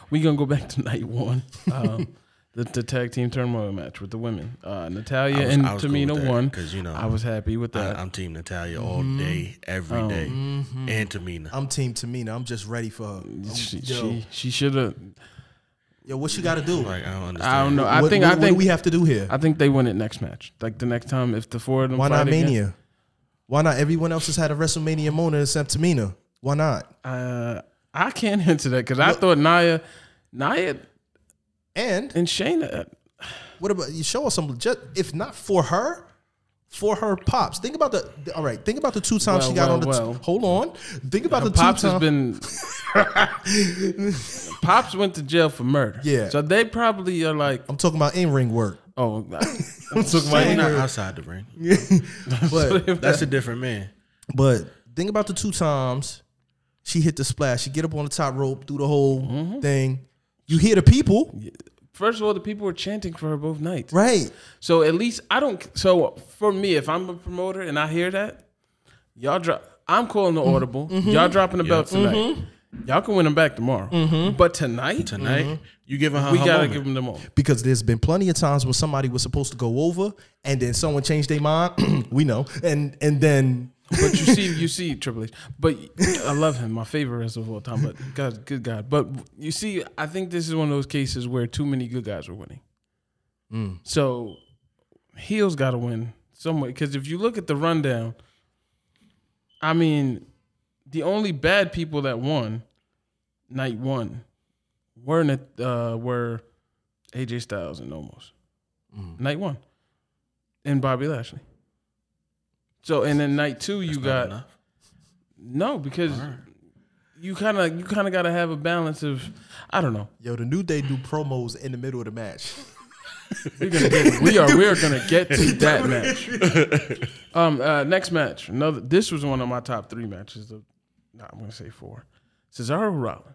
Speaker 6: we gonna go back to night one. Um, the, the tag team turmoil match with the women, uh, Natalia
Speaker 5: was-
Speaker 6: and
Speaker 5: I was cool
Speaker 6: Tamina
Speaker 5: with that,
Speaker 6: won.
Speaker 5: 'cause, you know,
Speaker 6: I was happy with
Speaker 5: I,
Speaker 6: that. Mm-hmm. Oh,
Speaker 5: I'm Team Natalia all day, every day, and Tamina.
Speaker 7: I'm Team Tamina. I'm just ready for her. I'm-
Speaker 6: she
Speaker 7: yo,
Speaker 6: she, she should have.
Speaker 7: yo, what she got to do?
Speaker 5: like I don't understand.
Speaker 6: I don't know. I
Speaker 7: what,
Speaker 6: think
Speaker 7: what-
Speaker 6: I
Speaker 7: what do
Speaker 6: think
Speaker 7: we have to do here.
Speaker 6: I think they win it next match. Like the next time, if the four of them.
Speaker 7: Why
Speaker 6: fight
Speaker 7: not
Speaker 6: again.
Speaker 7: Mania? Why not everyone else has had a WrestleMania moment except Tamina? Why not?
Speaker 6: Uh, I can't answer that because I thought Naya, Naya,
Speaker 7: And
Speaker 6: And Shayna, uh,
Speaker 7: What about you show us some just if not for her, for her pops. Think about the the- all right. Think about the two times
Speaker 6: Well,
Speaker 7: she got
Speaker 6: well,
Speaker 7: on the. t-
Speaker 6: well.
Speaker 7: hold on. Think about the
Speaker 6: Pops
Speaker 7: two
Speaker 6: has
Speaker 7: times.
Speaker 6: been. Pops went to jail for murder.
Speaker 7: Yeah.
Speaker 6: So they probably are like,
Speaker 7: I'm talking about in ring work,
Speaker 6: oh,
Speaker 7: I'm talking about
Speaker 5: He's not
Speaker 7: in-ring-
Speaker 5: outside the ring.
Speaker 7: but
Speaker 5: That's a different man.
Speaker 7: but think about the two times she hit the splash. She get up on the top rope, do the whole
Speaker 6: Mm-hmm.
Speaker 7: thing. You hear the people,
Speaker 6: first of all, the people were chanting for her both nights.
Speaker 7: right?
Speaker 6: So at least I don't. So for me, if I'm a promoter and I hear that, y'all drop. I'm calling
Speaker 7: Mm-hmm.
Speaker 6: the audible. Y'all dropping the belt tonight. Y'all can win them back tomorrow.
Speaker 7: Mm-hmm.
Speaker 6: But tonight,
Speaker 5: Tonight, you giving her
Speaker 6: Mm-hmm. we
Speaker 5: her
Speaker 7: Uh-huh.
Speaker 6: gotta
Speaker 5: moment.
Speaker 6: give them the moment.
Speaker 7: Because there's been plenty of times where somebody was supposed to go over, and then someone changed their mind. we know, and and then
Speaker 6: But you see, you see Triple H. But I love him, my favorite wrestler of all time. But God, good God. But you see, I think this is one of those cases where too many good guys were winning. So heels got to win some way. Because if you look at the rundown, I mean, the only bad people that won night one were Nat- uh, were AJ Styles and Almost night one, and Bobby Lashley. So and then night two you got
Speaker 5: enough.
Speaker 6: no because you kind of you kind of got to have a balance of I don't know
Speaker 7: yo, the new day do promos in the middle of the match.
Speaker 6: We're gonna get, we are we are gonna get to that match. Um, uh, next match. Another. This was one of my top three matches. Of, nah, I'm gonna say four. Cesaro Rollins.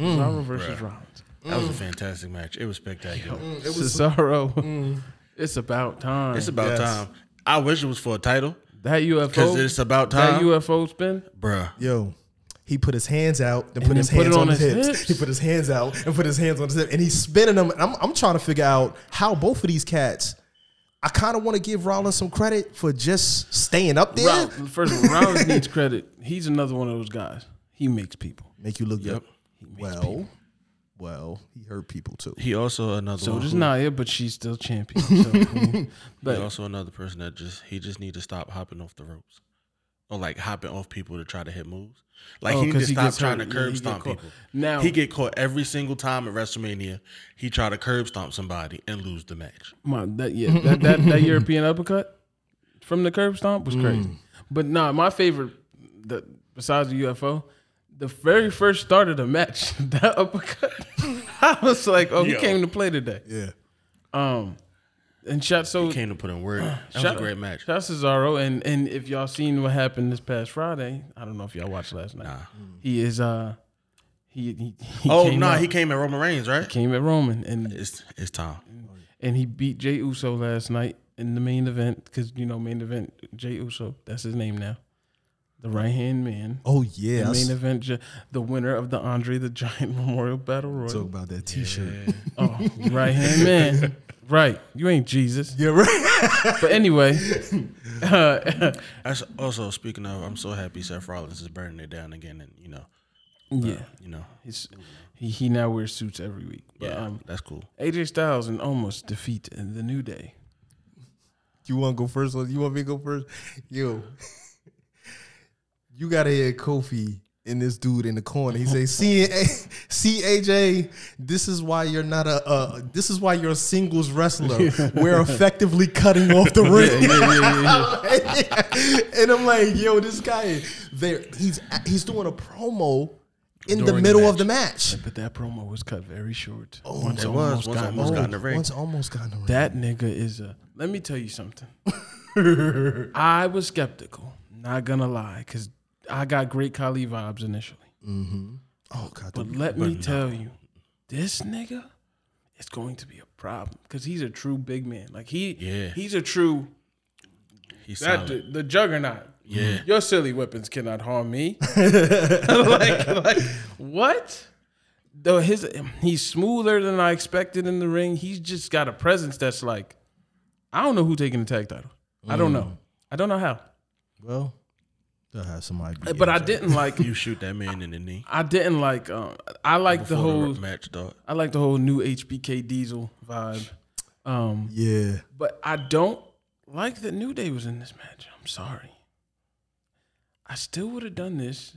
Speaker 5: Mm.
Speaker 6: Cesaro versus Rollins.
Speaker 5: That was a fantastic match. It was spectacular.
Speaker 6: Mm. Cesaro. It's about time.
Speaker 5: It's about time. I wish it was for a title
Speaker 6: that UFO.
Speaker 5: because it's about
Speaker 6: that
Speaker 5: time,
Speaker 6: UFO spin.
Speaker 5: bruh.
Speaker 7: Yo, he put his hands out and put
Speaker 6: then
Speaker 7: his
Speaker 6: put it
Speaker 7: hands
Speaker 6: on
Speaker 7: on, his,
Speaker 6: his
Speaker 7: hips.
Speaker 6: hips.
Speaker 7: He put his hands out and put his hands on his hips, and he's spinning them. And I'm, I'm trying to figure out how both of these cats. I kind of want to give Rollins some credit for just staying up there.
Speaker 6: Roll- First of all, Rollins needs credit. He's another one of those guys. He makes people.
Speaker 7: Make you look up. Well, well, he hurt people too.
Speaker 5: He also another
Speaker 6: So
Speaker 5: one.
Speaker 6: does
Speaker 5: who-
Speaker 6: Oh, Naya, but she's still champion. So, I mean,
Speaker 5: he
Speaker 6: but
Speaker 5: also another person that just he just need to stop hopping off the ropes, or like hopping off people to try to hit moves. Like
Speaker 6: Oh,
Speaker 5: he need
Speaker 6: 'cause
Speaker 5: to
Speaker 6: he
Speaker 5: stop
Speaker 6: gets
Speaker 5: trying
Speaker 6: hurt.
Speaker 5: to
Speaker 6: Yeah,
Speaker 5: curb
Speaker 6: he get
Speaker 5: stomp
Speaker 6: caught.
Speaker 5: people.
Speaker 6: Now-
Speaker 5: he get caught every single time at WrestleMania. He try to curb stomp somebody and lose the match.
Speaker 6: My that yeah that that, that European uppercut from the curb stomp was crazy.
Speaker 5: Mm.
Speaker 6: But nah, my favorite the besides the UFO, the very first start of the match that uppercut, I was like, oh, he
Speaker 5: Yo.
Speaker 6: came to play today.
Speaker 7: Yeah,
Speaker 6: Um, and shot so
Speaker 5: Came to put in work. That was a
Speaker 6: shout-
Speaker 5: great match.
Speaker 6: Shout out Cesaro and and if y'all seen what happened this past Friday, I don't know if y'all watched last night. He is uh he he, he
Speaker 5: Oh no,
Speaker 6: came
Speaker 5: nah,
Speaker 6: out-
Speaker 5: he came at Roman Reigns, right?
Speaker 6: came at Roman and
Speaker 5: It's it's time.
Speaker 6: and he beat Jay Uso last night in the main event because you know main event Jay Uso that's his name now, the right hand man.
Speaker 7: Oh yeah,
Speaker 6: the
Speaker 7: I s-
Speaker 6: main event, J- the winner of the Andre the Giant Memorial Battle
Speaker 7: talk
Speaker 6: Royal.
Speaker 7: about that T-shirt.
Speaker 6: Oh, right hand man, right? You ain't Jesus,
Speaker 7: Yeah, right.
Speaker 6: but anyway,
Speaker 5: That's also speaking of. I'm so happy Seth Rollins is burning it down again, and you know,
Speaker 6: yeah,
Speaker 5: you know,
Speaker 6: he's, he he now wears suits every week. But,
Speaker 5: yeah,
Speaker 6: um,
Speaker 5: that's cool.
Speaker 6: AJ Styles and almost defeat the New Day.
Speaker 7: You want to go first? Or you want me to go first? Yo, you gotta hear Kofi and this dude in the corner. He say, "See, see, AJ, this is why you're not a. Uh, this is why you're a singles wrestler. We're effectively cutting off the ring." and I'm like, "Yo, this guy, there, he's he's doing a promo." In the
Speaker 5: During the
Speaker 7: middle
Speaker 5: match.
Speaker 7: of the match,
Speaker 6: But that promo was cut very short. Oh,
Speaker 5: It was once almost got in the ring.
Speaker 7: once almost got in the ring.
Speaker 6: That nigga is a. Let me tell you something. I was skeptical, not gonna lie, because I got great Kali vibes initially.
Speaker 7: oh god,
Speaker 6: But let me tell you, this nigga is going to be a problem because he's a true big man. Like he,
Speaker 5: Yeah.
Speaker 6: he's a true
Speaker 5: He's
Speaker 6: that
Speaker 5: solid.
Speaker 6: dude, the juggernaut.
Speaker 5: Yeah.
Speaker 6: Your silly weapons cannot harm me. like, like what? Though his he's smoother than I expected in the ring. He's just got a presence that's like, I don't know who taking the tag title. I don't know. I don't know how.
Speaker 7: well, they'll have somebody. beat
Speaker 6: But I
Speaker 7: AJ.
Speaker 6: didn't like.
Speaker 5: You shoot that man in the knee.
Speaker 6: I didn't like. Um, I like the
Speaker 5: before
Speaker 6: whole.
Speaker 5: match, dog.
Speaker 6: I like the whole new HBK Diesel vibe. Um,
Speaker 7: Yeah.
Speaker 6: but I don't like that New Day was in this match. I'm sorry. I still would have done this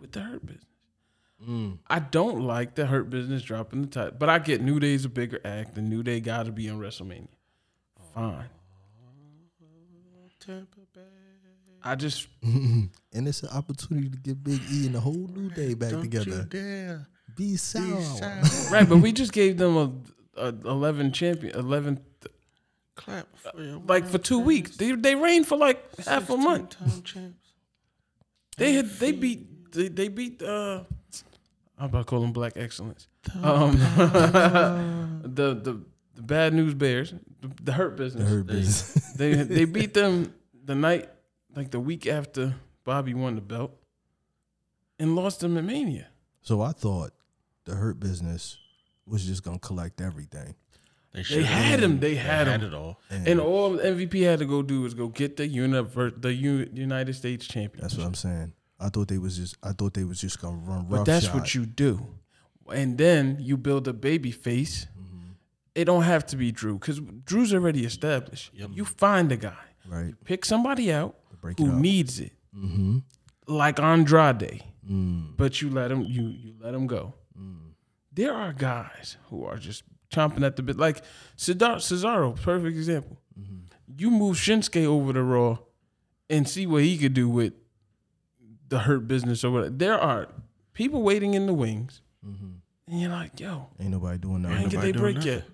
Speaker 6: with the Hurt Business. I don't like the Hurt Business dropping the title, but I get New Day's a bigger act. The New Day got to be on WrestleMania. Fine. I just
Speaker 7: And it's an opportunity to get Big E and the whole New Day back together.
Speaker 5: Yeah.
Speaker 7: Be sound.
Speaker 6: right, but we just gave them a, a eleven champion, eleven
Speaker 5: Clap for your
Speaker 6: like for two weeks. They they reigned for like half a month.
Speaker 5: time champs.
Speaker 6: They had they beat they, they beat uh I'm about to call them black excellence. Um the, the the bad news bears, the, the hurt business.
Speaker 7: Hurt business.
Speaker 6: They they beat them the night like the week after Bobby won the belt and lost them at Mania.
Speaker 7: so I thought the Hurt Business was just gonna collect everything.
Speaker 5: should
Speaker 6: had
Speaker 5: have.
Speaker 6: him, they had him.
Speaker 5: it all.
Speaker 6: And all MVP had to go do was go get the universe, the U, United States champion.
Speaker 7: That's what I'm saying. I thought they was just. I thought they was just gonna run rough.
Speaker 6: But that's what you do. And then you build a baby face.
Speaker 7: Mm-hmm.
Speaker 6: It don't have to be Drew because Drew's already established. You find a guy,
Speaker 7: right.
Speaker 6: pick somebody out
Speaker 7: Break it
Speaker 6: who
Speaker 7: up. Mm-hmm.
Speaker 6: needs it, like Andrade.
Speaker 7: Mm.
Speaker 6: But you let him, you you let him go. There are guys who are just chomping at the bit, like Cesar- Cesaro, perfect example. You move Shinsuke over to Raw, and see what he could do with the Hurt Business or whatever. There are people waiting in the wings, and you're like, yo,
Speaker 7: Ain't nobody doing
Speaker 6: I didn't
Speaker 7: that.
Speaker 6: get their
Speaker 5: doing
Speaker 6: break yet.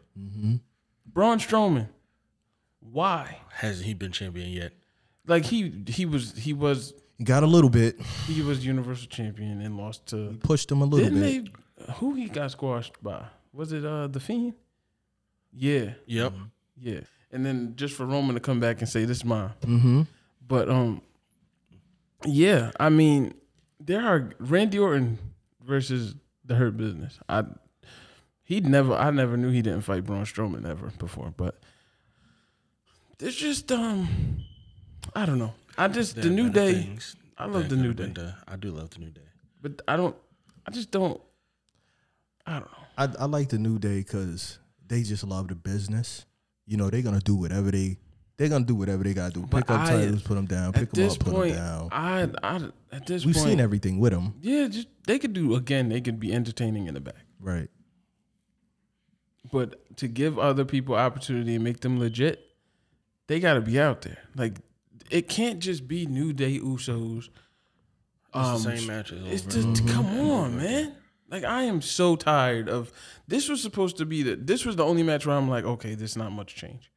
Speaker 6: Braun Strowman, why?
Speaker 5: Hasn't he been champion yet?
Speaker 6: Like he he was he was
Speaker 7: You got a little bit.
Speaker 6: he was Universal Champion and lost to
Speaker 7: Pushed them a little
Speaker 6: didn't
Speaker 7: bit.
Speaker 6: they who he got squashed by? Was it uh the Fiend? Yeah,
Speaker 5: Yep.
Speaker 6: Mm-hmm. yeah. And then just for Roman to come back and say this is mine. But um, yeah. I mean, there are Randy Orton versus the Hurt Business. I he never I never knew he didn't fight Braun Strowman ever before, but there's just um, I don't know. I just the
Speaker 5: There
Speaker 6: New
Speaker 5: have been
Speaker 6: Day.
Speaker 5: things
Speaker 6: I love
Speaker 5: that
Speaker 6: the
Speaker 5: could
Speaker 6: New
Speaker 5: have been
Speaker 6: Day.
Speaker 5: done. I do love the new day.
Speaker 6: But I don't. I just don't. I don't know.
Speaker 7: I, I like the New Day because they just love the business. You know, they're gonna do whatever they they're gonna do whatever they gotta do.
Speaker 6: But
Speaker 7: Pick up
Speaker 6: I-
Speaker 7: titles, put them down. Pick
Speaker 6: At
Speaker 7: them
Speaker 6: this
Speaker 7: up, put
Speaker 6: point,
Speaker 7: them down.
Speaker 6: I, I at this
Speaker 7: We've
Speaker 6: point,
Speaker 7: seen everything with them,
Speaker 6: yeah, just they could do again. They could be entertaining in the back,
Speaker 7: right?
Speaker 6: but to give other people opportunity and make them legit, they got to be out there. Like it can't just be New Day Usos. Um,
Speaker 5: It's the same matches. Over
Speaker 6: It's
Speaker 5: and
Speaker 6: just come on, man. Like I am so tired of this was supposed to be the this was the only match where I'm like, okay, there's not much change.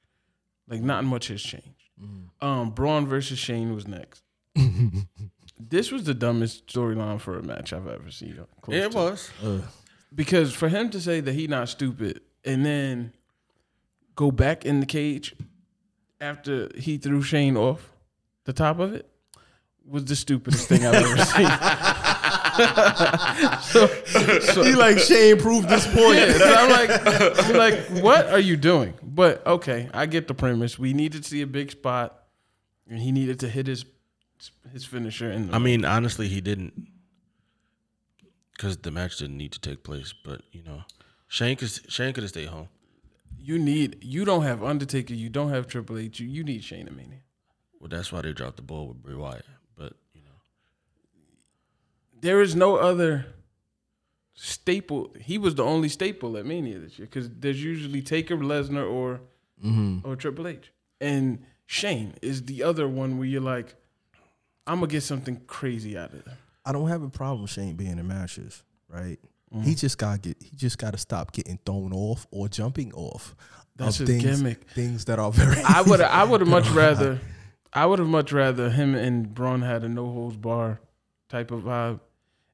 Speaker 6: Like not much has changed. Um Braun versus Shane was next. this was the dumbest storyline for a match I've ever seen.
Speaker 5: over.
Speaker 6: close
Speaker 5: it
Speaker 6: to.
Speaker 5: was.
Speaker 6: Because for him to say that he not stupid and then go back in the cage after he threw Shane off the top of it was the stupidest thing I've ever seen.
Speaker 7: He like Shane proved this point.
Speaker 6: Yeah, so I'm like, I'm like, what are you doing? But okay, I get the premise. We needed to see a big spot, and he needed to hit his his finisher. And
Speaker 5: I mean, honestly, he didn't because the match didn't need to take place. But you know, Shane could Shane could have stayed home.
Speaker 6: you need you don't have Undertaker, you don't have Triple H, you, you need Shane and Mania.
Speaker 5: Well, that's why they dropped the ball with Bray Wyatt. But you know,
Speaker 6: There is no other staple. He was the only staple at Mania this year because there's usually Taker, Lesnar, or
Speaker 5: Mm-hmm.
Speaker 6: or Triple H, and Shane is the other one where you're like, I'm gonna get something crazy out of them.
Speaker 7: I don't have a problem with Shane being in matches, right?
Speaker 6: Mm-hmm.
Speaker 7: He just got to get he just got to stop getting thrown off or jumping off
Speaker 6: That's
Speaker 7: of
Speaker 6: his
Speaker 7: things
Speaker 6: gimmick.
Speaker 7: things that are very
Speaker 6: I would I would have much rather I would have much rather him and Braun had a no holds bar type of vibe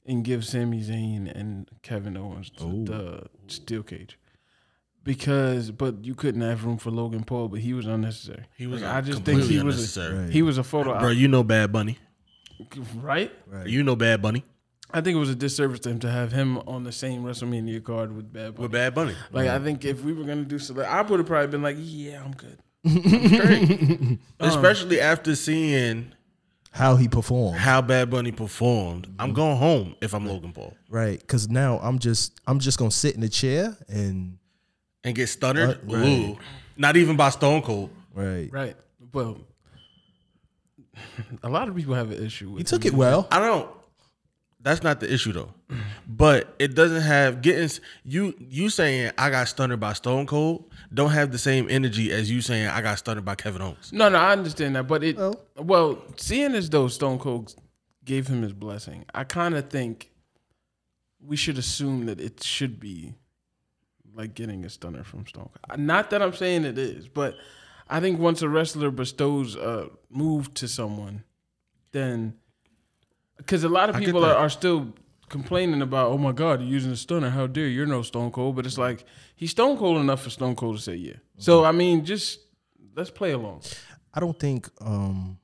Speaker 6: and give Sami Zayn and Kevin Owens the, the steel cage. Because but you couldn't have room for Logan Paul, but he was unnecessary.
Speaker 5: he was.
Speaker 6: Like,
Speaker 5: I
Speaker 6: I just think he was a,
Speaker 5: unnecessary.
Speaker 6: he was a photo
Speaker 5: Bro,
Speaker 6: op,
Speaker 5: you know Bad Bunny.
Speaker 6: right?
Speaker 5: You know Bad Bunny
Speaker 6: I think it was a disservice to him to have him on the same WrestleMania card with Bad Bunny.
Speaker 5: with Bad Bunny.
Speaker 6: Like I think if we were gonna do select, I would have probably been like, yeah, I'm good.
Speaker 5: Um, Especially after seeing
Speaker 7: how he performed.
Speaker 5: how Bad Bunny performed, I'm going home if I'm Logan Paul
Speaker 7: Right, because now I'm just I'm just gonna sit in the chair and
Speaker 5: and get stuttered.
Speaker 7: Uh, right.
Speaker 5: Ooh, not even by Stone Cold.
Speaker 7: right.
Speaker 6: Right. Well, a lot of people have an issue with.
Speaker 7: He took it well.
Speaker 5: I don't. That's not the issue though. But it doesn't have getting you you saying I got stunned by Stone Cold don't have the same energy as you saying I got stunned by Kevin Owens.
Speaker 6: No, no, I understand that, but it well, seeing as though Stone Cold gave him his blessing, I kind of think we should assume that it should be like getting a stunner from Stone Cold. Uh, Not that I'm saying it is, but I think once a wrestler bestows a move to someone, then because a lot of
Speaker 5: get
Speaker 6: people are,
Speaker 5: that.
Speaker 6: are still complaining about, oh my God, you're using a stunner. How dare you? You're no Stone Cold. But it's like he's Stone Cold enough for Stone Cold to say yeah. So I mean, just let's play along.
Speaker 7: I don't think um,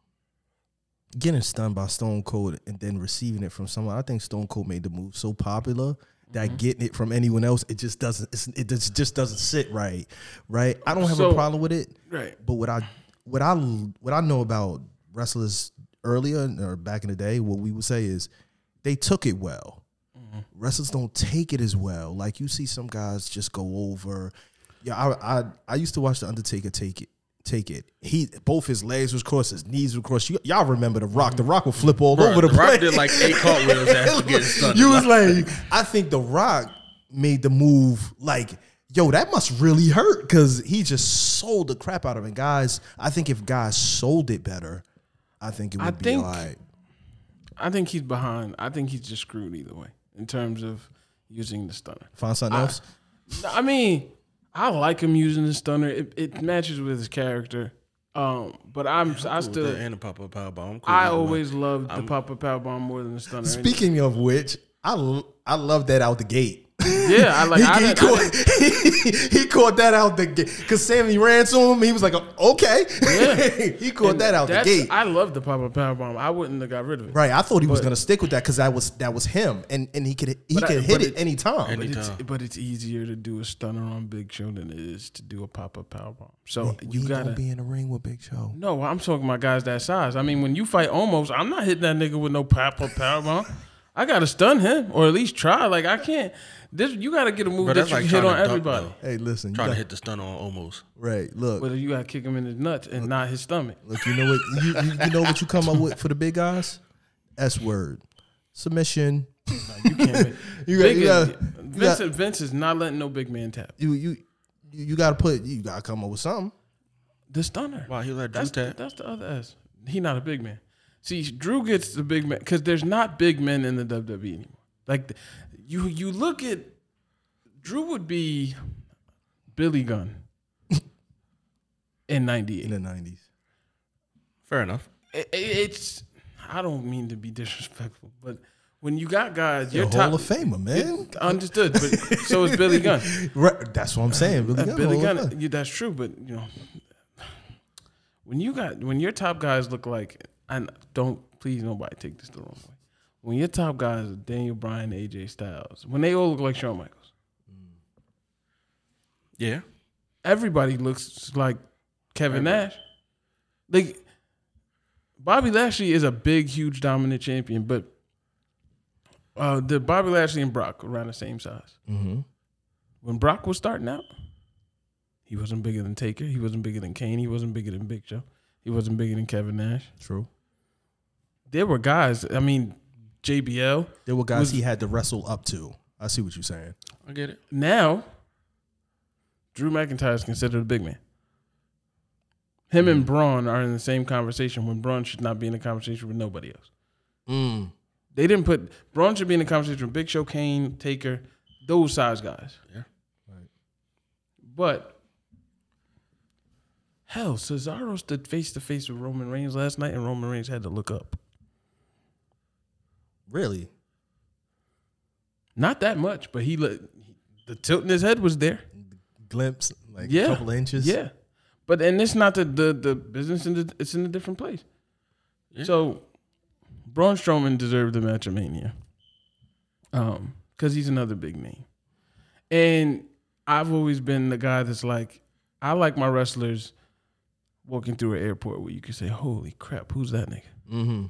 Speaker 7: getting stunned by Stone Cold and then receiving it from someone. I think Stone Cold made the move so popular that
Speaker 6: Mm-hmm.
Speaker 7: getting it from anyone else, it just doesn't. It's, it just, just doesn't sit right, right? I don't have
Speaker 6: So-
Speaker 7: a problem with it,
Speaker 6: Right.
Speaker 7: But what I what I what I know about wrestlers earlier or back in the day, what we would say is they took it well. Wrestlers don't take it as well. Like you see some guys just go over. Yeah, I I, I used to watch the Undertaker take it. Take it. He both his legs was crossed, his knees were crossed. You, y'all remember the Rock? The Rock would flip all over the,
Speaker 5: The Rock
Speaker 7: place.
Speaker 5: did like eight cartwheels after getting stunned.
Speaker 7: You was like, I think The Rock made the move like, yo, that must really hurt because he just sold the crap out of it. Guys, I think if guys sold it better, I think it would
Speaker 6: I
Speaker 7: be
Speaker 6: think-
Speaker 7: all right.
Speaker 6: I think he's behind. I think he's just screwed either way in terms of using the stunner.
Speaker 7: Find something else.
Speaker 6: I mean, I like him using the stunner. It, it matches with his character. Um, but I'm I
Speaker 5: Cool with that
Speaker 6: still
Speaker 5: and a pop up power bomb.
Speaker 6: I always loved the pop up power bomb more than the stunner. Any-
Speaker 7: Speaking of which, I l- I love that out the gate.
Speaker 6: yeah, I like.
Speaker 7: He,
Speaker 6: I
Speaker 7: he
Speaker 6: didn't- I
Speaker 7: caught, he caught that out the gate because Sammy ran to him. He was like, "Oh, okay.
Speaker 6: Yeah.
Speaker 7: he caught that out the
Speaker 6: That's-
Speaker 7: gate.
Speaker 6: I love the pop up power bomb. I wouldn't have got rid of it.
Speaker 7: right. I thought he was going to stick with that because that was that was him, and and he could he
Speaker 6: I-
Speaker 7: could
Speaker 6: but
Speaker 7: hit it
Speaker 6: it-
Speaker 7: any time.
Speaker 6: But it's,
Speaker 5: Anytime.
Speaker 6: but it's easier to do a stunner on Big Show than it is to do a pop up power bomb. So you gotta
Speaker 7: be in the ring with Big Show.
Speaker 6: No, I'm talking about guys that size. I mean, when you fight almost, I'm not hitting that nigga with no pop up power bomb. I gotta stun him or at least try. Like I can't. This you gotta get a move
Speaker 5: Bro,
Speaker 6: that
Speaker 5: that's
Speaker 6: you
Speaker 5: like
Speaker 6: can hit
Speaker 5: trying
Speaker 6: on
Speaker 5: to dunk,
Speaker 6: everybody.
Speaker 5: though.
Speaker 7: Hey, listen, you
Speaker 5: trying
Speaker 7: got,
Speaker 5: to hit the stun on almost.
Speaker 7: right? Look,
Speaker 6: But you gotta kick him in his nuts and not his stomach.
Speaker 7: look, you know what you, you, you know what you come up with for the big guys? S word, submission.
Speaker 6: You can't. make-
Speaker 7: You got,
Speaker 6: Big
Speaker 7: you,
Speaker 6: is-
Speaker 7: got, you,
Speaker 6: Vince,
Speaker 7: got,
Speaker 6: Vince is not letting no big man tap.
Speaker 7: you you you you got to put you got to come up with something.
Speaker 6: The stunner.
Speaker 5: Wow, he let Drew
Speaker 6: That's,
Speaker 5: tap.
Speaker 6: that's the other S. He not a big man. See, Drew gets the big man because there's not big men in the WWE anymore. Like th- you, you look at Drew would be Billy Gunn in
Speaker 7: In
Speaker 6: '98.
Speaker 7: the nineties,
Speaker 5: Fair enough.
Speaker 6: it's I don't mean to be disrespectful, but when you got guys,
Speaker 7: the
Speaker 6: your top
Speaker 7: Hall of Famer, man.
Speaker 6: understood. But so is Billy Gunn.
Speaker 7: Right, that's what I'm saying. Billy Gunn,
Speaker 6: Uh, Billy
Speaker 7: Hall of
Speaker 6: Gunn,
Speaker 7: Fame.
Speaker 6: yeah, that's true, but you know, when you got when your top guys look like, and don't please nobody take this the wrong way, when your top guys are Daniel Bryan, AJ Styles, when they all look like Shawn Michaels,
Speaker 5: Yeah.
Speaker 6: everybody looks like Kevin Nash. Like Bobby Lashley is a big, huge, dominant champion, but uh, the Bobby Lashley and Brock around the same size.
Speaker 7: Mhm.
Speaker 6: When Brock was starting out, he wasn't bigger than Taker. He wasn't bigger than Kane. He wasn't bigger than Big Show. He wasn't bigger than Kevin Nash.
Speaker 7: True.
Speaker 6: There were guys. I mean, JBL.
Speaker 7: There were guys
Speaker 6: Was-
Speaker 7: he had to wrestle up to. I see what you're saying.
Speaker 5: I get it.
Speaker 6: Now, Drew McIntyre is considered a big man. Him
Speaker 5: Mm.
Speaker 6: and Braun are in the same conversation when Braun should not be in a conversation with nobody else.
Speaker 5: Mm.
Speaker 6: They didn't put Braun should be in a conversation with Big Show, Kane, Taker, those size guys. Yeah. Right. But hell, Cesaro stood face to face with Roman Reigns last night, and Roman Reigns had to look up.
Speaker 7: Really?
Speaker 6: Not that much, but he look the tilt in his head was there.
Speaker 7: Glimpse, like
Speaker 6: yeah,
Speaker 7: a couple of inches.
Speaker 6: Yeah, but and it's not the the, the business in the, it's in a different place. So, Braun Strowman deserved the match at Mania, um, because he's another big name, and I've always been the guy that's like, I like my wrestlers walking through an airport where you can say, "Holy crap, who's that nigga?"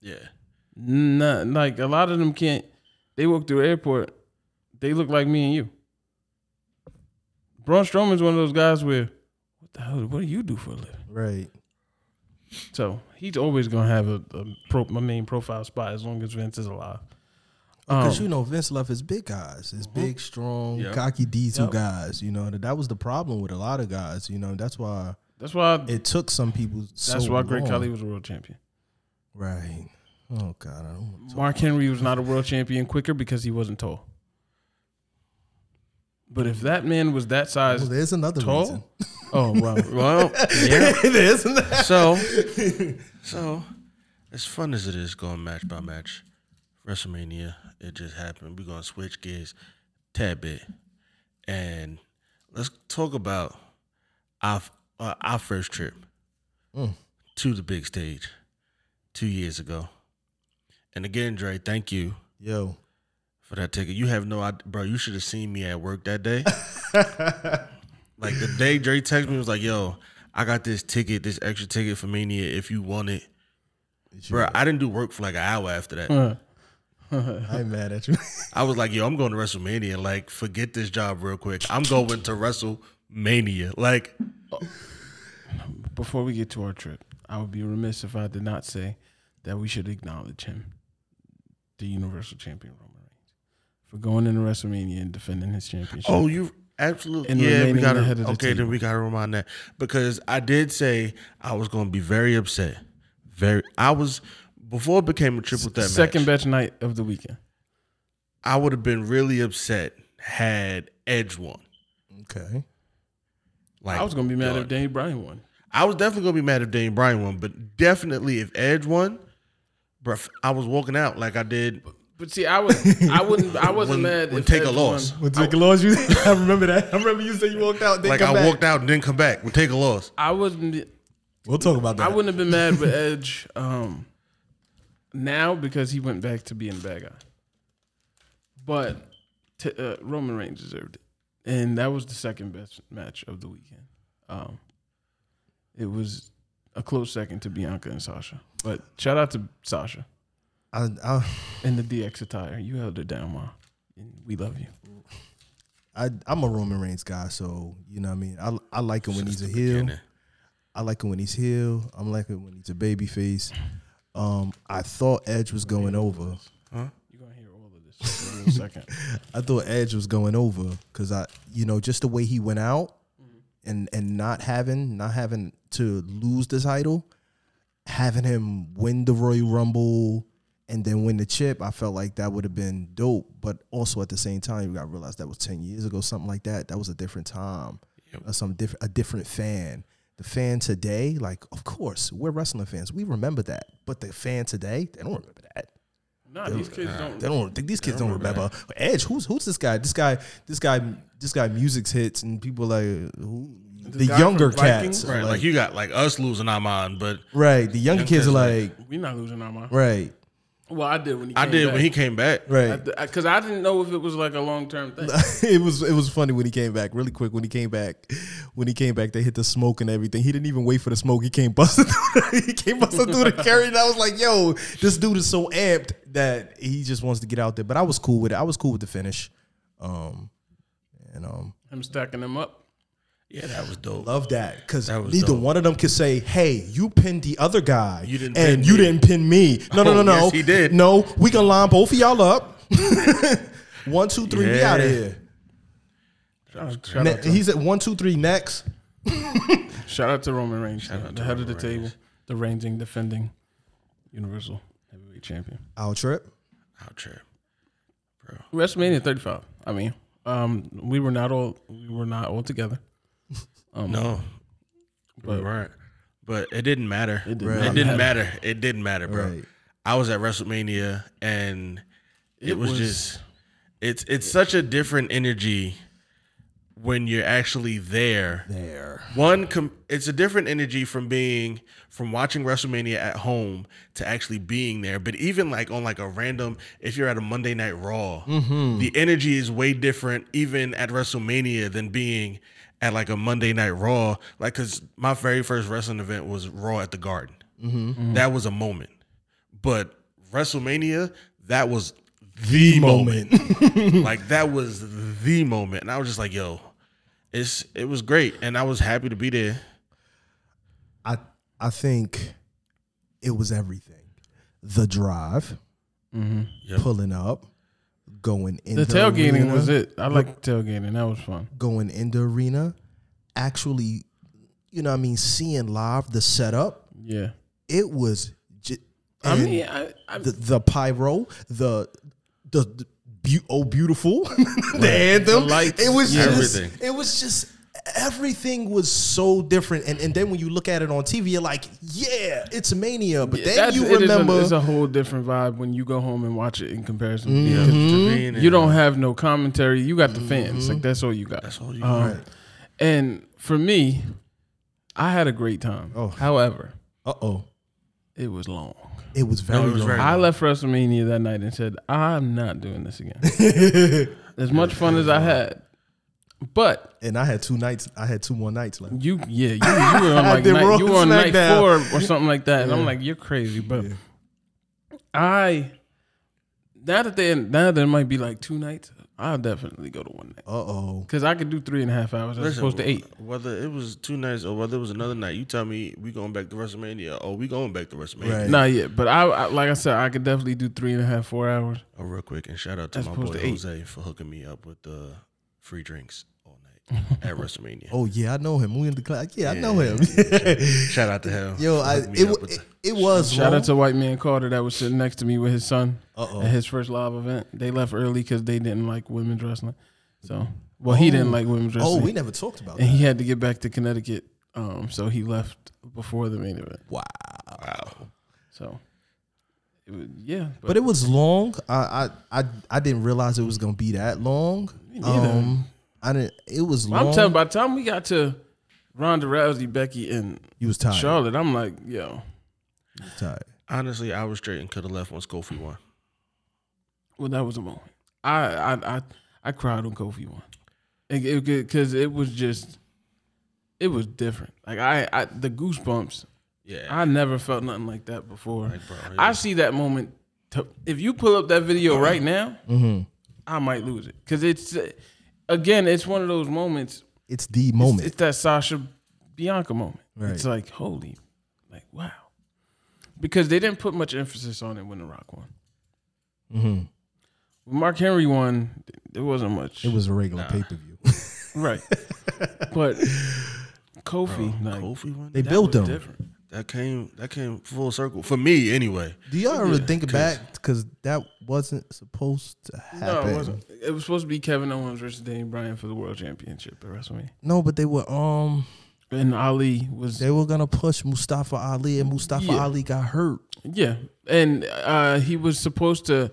Speaker 5: Yeah.
Speaker 6: Nah, like a lot of them can't. They walk through the airport. They look like me and you. Braun Strowman's one of those guys where, what the hell? What do you do for a living?
Speaker 7: Right.
Speaker 6: So he's always gonna have a, a, pro, my main profile spot as long as Vince is alive. Um,
Speaker 7: Because Oh, you know Vince left his big guys,
Speaker 6: Mm-hmm.
Speaker 7: his big, strong, cocky D two guys. You know and that was the problem with a lot of guys. You know that's why
Speaker 6: That's why.
Speaker 7: it took some people.
Speaker 6: That's
Speaker 7: so
Speaker 6: why Great
Speaker 7: long.
Speaker 6: Khali was a world champion.
Speaker 7: Right. Oh God, I don't.
Speaker 6: Mark Henry was not a world champion quicker because he wasn't tall. But if that man was that size
Speaker 7: Well, there's another
Speaker 6: tall,
Speaker 7: reason.
Speaker 6: oh well, well, yeah.
Speaker 7: there's another.
Speaker 5: So, so as fun as it is going match by match, WrestleMania, it just happened. We're gonna switch gears tad bit, and let's talk about our uh, our first trip to the big stage two years ago. And again, Dre, thank you
Speaker 7: Yo,
Speaker 5: for that ticket. You have no idea, bro. You should have seen me at work that day. like the day Dre texted me, he was like, "Yo, I got this ticket, this extra ticket for Mania. If you want it, bro." I didn't do work for like an hour after that.
Speaker 7: I ain't mad at you.
Speaker 5: I was like, "Yo, I'm going to WrestleMania. Like, forget this job real quick. I'm going to WrestleMania. Like,
Speaker 6: Before we get to our trip, I would be remiss if I did not say that we should acknowledge him, the Universal Champion Roman Reigns, for going into WrestleMania and defending his championship.
Speaker 5: oh, you absolutely
Speaker 6: And
Speaker 5: yeah. We
Speaker 6: remaining
Speaker 5: got
Speaker 6: the head of
Speaker 5: to
Speaker 6: the
Speaker 5: okay. Then
Speaker 6: table.
Speaker 5: we got to remind that because I did say I was going to be very upset. Very, I was before it became a triple threat. match.
Speaker 6: second best night of the weekend.
Speaker 5: I would have been really upset had Edge won.
Speaker 7: okay.
Speaker 5: Like
Speaker 6: I was gonna be mad if Danny Bryan won.
Speaker 5: I was definitely gonna be mad if Dane Bryan won, but definitely if Edge won, bruh, I was walking out like I did
Speaker 6: But see, I was, I wouldn't, I wasn't
Speaker 5: when,
Speaker 6: mad.
Speaker 5: when
Speaker 6: if
Speaker 5: take a
Speaker 6: Edge
Speaker 5: loss.
Speaker 6: won.
Speaker 7: With Jake Laws, you I remember that. I remember you said you walked out. Then
Speaker 5: Like I walked out and didn't come back. We take a loss.
Speaker 6: I wasn't.
Speaker 7: We'll talk about that.
Speaker 6: I wouldn't have been mad with Edge um, now because he went back to being a bad guy. But t- uh, Roman Reigns deserved it, and that was the second best match of the weekend. Um, it was a close second to Bianca and Sasha. But shout out to Sasha
Speaker 7: I, I,
Speaker 6: in the DX attire. You held it down, Ma. And we love you.
Speaker 7: I, I'm a Roman Reigns guy, so you know what I mean. I, I like him when he's a heel. I like him when he's heel. I'm like him when he's a baby face. Um, I thought Edge was going over.
Speaker 6: You're gonna hear all of this in a second.
Speaker 7: I thought Edge was going over because I, you know, just the way he went out and and not having not having to lose the title, having him win the Royal Rumble and then win the chip, I felt like that would have been dope. But also at the same time, you got to realize that was ten years ago, something like that. That was a different time, or some different a different fan. The fan today, like of course, we're wrestling fans. We remember that, but the fan today, they don't remember that.
Speaker 6: Nah, these kids don't.
Speaker 7: They don't think these kids don't remember. Edge, who's who's this guy? This guy, this guy, this guy. Music's hits and people like who the
Speaker 6: guy
Speaker 7: younger
Speaker 6: from Vikings?
Speaker 7: cats,
Speaker 5: Right,
Speaker 7: are
Speaker 5: like,
Speaker 7: like,
Speaker 5: you got like us losing our mind, but
Speaker 7: right? The younger kids are like,
Speaker 6: We're not losing our mind.
Speaker 7: right,
Speaker 6: Well, I did when he.
Speaker 5: I
Speaker 6: came
Speaker 5: did
Speaker 6: back.
Speaker 5: when he came back.
Speaker 7: right.
Speaker 6: because I didn't know if it was like a long term thing.
Speaker 7: it was it was funny when he came back. Really quick when he came back, when he came back, they hit the smoke and everything. He didn't even wait for the smoke. He came busting. Through, he came busting through the carry, and I was like, "Yo, this dude is so amped that he just wants to get out there." But I was cool with it. I was cool with the finish, um, and um.
Speaker 6: I'm stacking them up.
Speaker 5: Yeah, that was dope.
Speaker 7: Love that because
Speaker 5: That was
Speaker 7: neither
Speaker 5: dope.
Speaker 7: one of them could say, "Hey, you pinned the other guy,
Speaker 5: You didn't pin
Speaker 7: and you
Speaker 5: me."
Speaker 7: didn't pin me." No, no,
Speaker 5: Oh,
Speaker 7: no, no.
Speaker 5: yes, he did.
Speaker 7: No, we can line both of y'all up. one, two, three. We
Speaker 5: Yeah.
Speaker 7: out of here.
Speaker 6: Shout
Speaker 7: Ne-
Speaker 6: out, to,
Speaker 7: he said one, two, three. Next.
Speaker 6: shout out to Roman Reigns, the
Speaker 5: to
Speaker 6: head of the
Speaker 5: Roman
Speaker 6: table, the reigning, defending, Universal Heavyweight Champion.
Speaker 7: Our trip.
Speaker 5: Out trip.
Speaker 6: WrestleMania 35. I mean, um, we were not all we were not all together.
Speaker 5: No. But, right. But it didn't matter. It
Speaker 6: did not
Speaker 5: didn't matter. It didn't matter, bro.
Speaker 7: Right.
Speaker 5: I was at WrestleMania and it,
Speaker 6: It
Speaker 5: was,
Speaker 6: was-
Speaker 5: just it's it's such a different energy when you're actually there.
Speaker 7: There.
Speaker 5: One com- it's a different energy from being from watching WrestleMania at home to actually being there. But even like on like a random if you're at a Monday night Raw, the energy is way different even at WrestleMania than being at like a Monday night Raw. Like cuz my very first wrestling event was Raw at the Garden. That was a moment. But WrestleMania, that was the moment. like that was the moment. And I was just like, yo, it's it was great. And I was happy to be there.
Speaker 7: I I think it was everything. The drive, pulling up, going in
Speaker 6: The tailgating
Speaker 7: arena,
Speaker 6: was it. I like tailgating. That was fun.
Speaker 7: going in the arena, actually, you know, what I mean, seeing live the setup,
Speaker 6: Yeah.
Speaker 7: it was. J-
Speaker 6: I
Speaker 7: and
Speaker 6: mean, I, I,
Speaker 7: the, the pyro, the the, the beau- oh beautiful, the anthem.
Speaker 6: lights,
Speaker 7: it was
Speaker 6: yeah.
Speaker 7: just,
Speaker 5: Everything.
Speaker 7: It was just everything was so different. And and then when you look at it on TV, you're like, yeah, it's mania. But then
Speaker 6: that's-
Speaker 7: you
Speaker 6: it is a-
Speaker 7: remember Mm-hmm.
Speaker 6: it's a whole different vibe when you go home and watch it in comparison.
Speaker 5: Yeah,
Speaker 6: Because
Speaker 5: Javine and-
Speaker 6: You don't have no commentary. You got the fans. Like that's all you got. That's
Speaker 5: Oh,
Speaker 6: all you got. And for me, I had a great time.
Speaker 7: Oh.
Speaker 6: However,
Speaker 7: Uh oh.
Speaker 6: it was long.
Speaker 7: It was very.
Speaker 5: No, it was
Speaker 7: long.
Speaker 5: very-
Speaker 6: I left WrestleMania that night and said, I'm not doing this again. as much fun as I had. But
Speaker 7: and I had two nights. I had two more nights left.
Speaker 6: you, yeah, you, you were on like
Speaker 7: The Raw
Speaker 6: night, you were on night
Speaker 7: SmackDown.
Speaker 6: four or something like that, and I'm like, you're crazy. But I now that they now that it might be like two nights, I'll definitely go to one night
Speaker 7: Uh oh.
Speaker 6: because I could do three and a half hours as
Speaker 5: Listen,
Speaker 6: opposed to eight.
Speaker 5: Whether it was two nights or whether it was another night, you tell me we going back to WrestleMania or we going back to WrestleMania.
Speaker 7: Right.
Speaker 6: Not yet, but I, I like I said, I could definitely do three and a half, four hours.
Speaker 5: Oh, real quick, and shout out to
Speaker 6: As
Speaker 5: my
Speaker 6: opposed
Speaker 5: boy
Speaker 6: to eight.
Speaker 5: Jose for hooking me up with the free drinks all night at WrestleMania.
Speaker 7: Oh yeah, I know him. We in the class. Yeah, I know
Speaker 5: Yeah.
Speaker 7: him.
Speaker 5: Shout out to him.
Speaker 7: Yo,
Speaker 5: for
Speaker 7: I,
Speaker 5: hooking me
Speaker 7: it,
Speaker 5: up
Speaker 7: wa-
Speaker 5: with
Speaker 7: it,
Speaker 5: the-
Speaker 7: it was
Speaker 6: Shout
Speaker 7: long.
Speaker 6: out to white man Carter that was sitting next to me with his son
Speaker 7: Uh-oh.
Speaker 6: at his first live event. They left early because they didn't like women's wrestling. So, well, he didn't like women's
Speaker 7: Oh,
Speaker 6: wrestling.
Speaker 7: we never talked about
Speaker 6: and
Speaker 7: that.
Speaker 6: he had to get back to Connecticut. Um, so he left before the main event.
Speaker 7: Wow.
Speaker 6: So, it was, yeah, but,
Speaker 7: But it was long. I I I, I didn't realize it was gonna be that long.
Speaker 6: neither.
Speaker 7: Um, I didn't. It was long.
Speaker 6: I'm telling. By the time we got to Ronda Rousey, Becky, and
Speaker 7: you was tired.
Speaker 6: Charlotte, I'm like, yo,
Speaker 7: You was tired.
Speaker 5: honestly, I was straight and could have left once Kofi won.
Speaker 6: well, that was a moment. I I I, I cried on Kofi one, because it, was just, it was different. Like I, I the goosebumps.
Speaker 5: Yeah,
Speaker 6: I never felt nothing like that before.
Speaker 5: bro,
Speaker 6: I
Speaker 5: yeah.
Speaker 6: see that moment. to- if you pull up that video right now,
Speaker 5: Mm-hmm.
Speaker 6: I might lose it because it's uh, again, it's one of those moments.
Speaker 7: It's the moment.
Speaker 6: It's that Sasha Bianca moment. It's
Speaker 7: Right.
Speaker 6: like holy, like wow, because they didn't put much emphasis on it when The Rock won.
Speaker 7: Mm-hmm.
Speaker 6: When Mark Henry won, there wasn't much.
Speaker 7: it was a regular pay per view.
Speaker 6: right, but Kofi, like
Speaker 5: Kofi won.
Speaker 7: They
Speaker 5: that,
Speaker 7: built
Speaker 6: was
Speaker 7: them.
Speaker 6: different.
Speaker 5: that came that came full circle for me anyway.
Speaker 7: Do y'all ever think back? Because that wasn't supposed to
Speaker 6: No,
Speaker 7: happen.
Speaker 6: it wasn't. It was supposed to be Kevin Owens versus Daniel Bryan for the world championship at WrestleMania,
Speaker 7: No, but they were um
Speaker 6: and Ali was
Speaker 7: they were gonna push Mustafa Ali, and Mustafa
Speaker 6: Yeah.
Speaker 7: Ali got hurt.
Speaker 6: yeah, and uh, he was supposed to.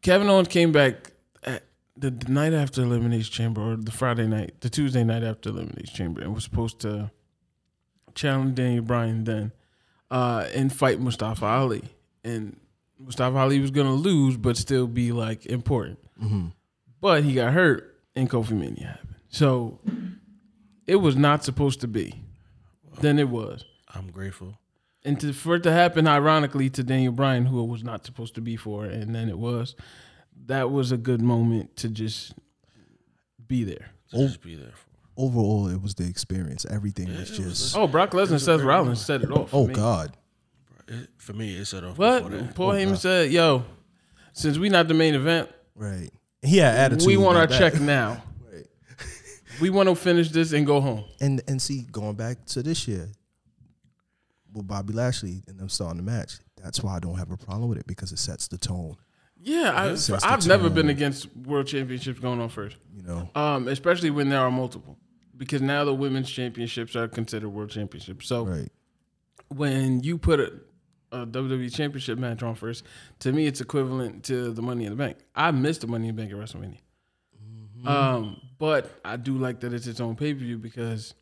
Speaker 6: Kevin Owens came back at the, the night after Elimination Chamber, or the Friday night, the Tuesday night after Elimination Chamber, and was supposed to challenge Daniel Bryan then, uh, and fight Mustafa Ali, and Mustafa Ali was gonna lose, but still be like important. But he got hurt, and Kofi Mania happened. So it was not supposed to be. Then it was.
Speaker 5: I'm grateful.
Speaker 6: And to, for it to happen, ironically, to Daniel Bryan, who it was not supposed to be for, and then it was, that was a good moment to just be there.
Speaker 5: to just be there for.
Speaker 7: Overall, it was the experience. Everything was just
Speaker 6: Oh, Brock Lesnar, Seth Rollins set it off. for
Speaker 7: oh
Speaker 6: me.
Speaker 7: god. Oh,
Speaker 5: It, for me, it set off before
Speaker 6: What?
Speaker 5: that.
Speaker 6: Paul Heyman said, "Yo, since we not the main event,
Speaker 7: Right. He had attitude.
Speaker 6: we want our
Speaker 7: about that.
Speaker 6: check now.
Speaker 7: Right.
Speaker 6: we want to finish this and go home."
Speaker 7: And and see, going back to this year with Bobby Lashley and them starting the match, that's why I don't have a problem with it because it sets the tone.
Speaker 6: Yeah, I,
Speaker 7: Sets the
Speaker 6: I've never
Speaker 7: tone.
Speaker 6: been against world championships going on first.
Speaker 7: You know,
Speaker 6: Um, especially when there are multiple, because now the women's championships are considered world championships. So
Speaker 7: right?
Speaker 6: when you put a, a WWE championship match on first, to me it's equivalent to the Money in the Bank. I missed the Money in the Bank at WrestleMania, um, but I do like that it's its own pay per view because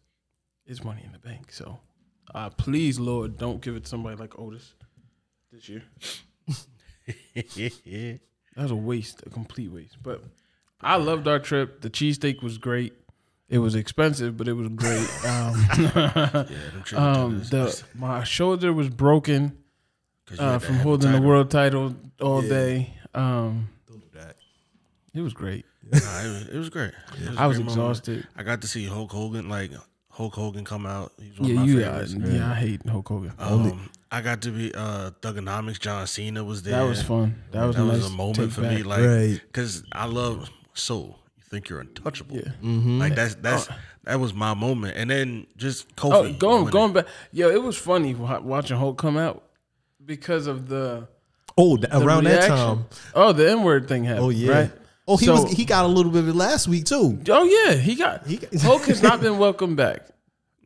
Speaker 6: it's Money in the Bank. So uh, please, Lord, don't give it to somebody like Otis this year. That was a waste, a complete waste. But I loved our trip. The cheesesteak was great. It was expensive, but it was great. Um, um, the, my shoulder was broken uh, from holding the world title all day. Um, It was great.
Speaker 5: Nah, it, was, it was great. It a
Speaker 6: I was
Speaker 5: great moment.
Speaker 6: exhausted.
Speaker 5: I got to see Hulk Hogan, like Hulk Hogan, come out. He's one
Speaker 6: Yeah,
Speaker 5: of my
Speaker 6: you.
Speaker 5: favorites.
Speaker 6: yeah, I hate Hulk Hogan.
Speaker 5: Um, I got to be uh Thugonomics. John Cena was there.
Speaker 6: That was fun. That was
Speaker 5: that
Speaker 6: a
Speaker 5: was
Speaker 6: nice
Speaker 5: a moment
Speaker 6: take
Speaker 5: for me,
Speaker 6: back.
Speaker 5: like,
Speaker 7: Right.
Speaker 5: because I love soul. You think you're untouchable? Like that's that's that was my moment. And then just
Speaker 6: Uh, Oh,
Speaker 5: Kofi
Speaker 6: going
Speaker 5: winning.
Speaker 6: going back, yo, it was funny wa- watching Hulk come out because of the,
Speaker 7: Oh, th-
Speaker 6: the
Speaker 7: around that
Speaker 6: reaction.
Speaker 7: time.
Speaker 6: Oh, the N word thing happened.
Speaker 7: Oh yeah.
Speaker 6: right?
Speaker 7: Oh, he
Speaker 6: So-
Speaker 7: was he got a little bit of it last week too.
Speaker 6: Oh yeah, he got
Speaker 7: He got-
Speaker 6: Hulk has not been welcomed back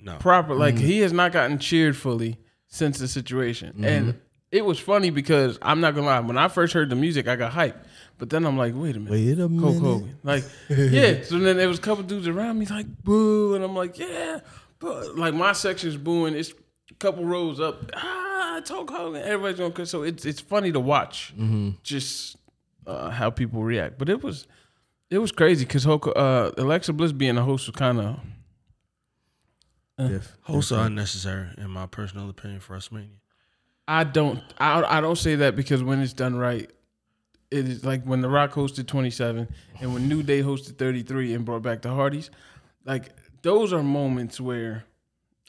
Speaker 5: No.
Speaker 6: proper. Like
Speaker 7: Mm-hmm.
Speaker 6: he has not gotten cheered fully since the situation.
Speaker 7: Mm-hmm.
Speaker 6: And it was funny because I'm not gonna lie, when I first heard the music, I got hyped. But then I'm like, wait a minute,
Speaker 7: Wait a
Speaker 6: Hulk
Speaker 7: minute.
Speaker 6: Hogan. Like, yeah. So then there was a couple dudes around me like boo, and I'm like, yeah, but like my section's booing. It's a couple rows up. Ah, it's Hulk Hogan. Everybody's gonna. cr- So it's it's funny to watch
Speaker 7: Mm-hmm.
Speaker 6: just uh, how people react. But it was it was crazy because Hulk uh, Alexa Bliss being a host was kind of
Speaker 7: Diff-
Speaker 5: Hosts are unnecessary, in my personal opinion, for WrestleMania.
Speaker 6: I don't I I don't say that because when it's done right. It is like when The Rock hosted 27 and when New Day hosted 33 and brought back the Hardys. Like those are moments where,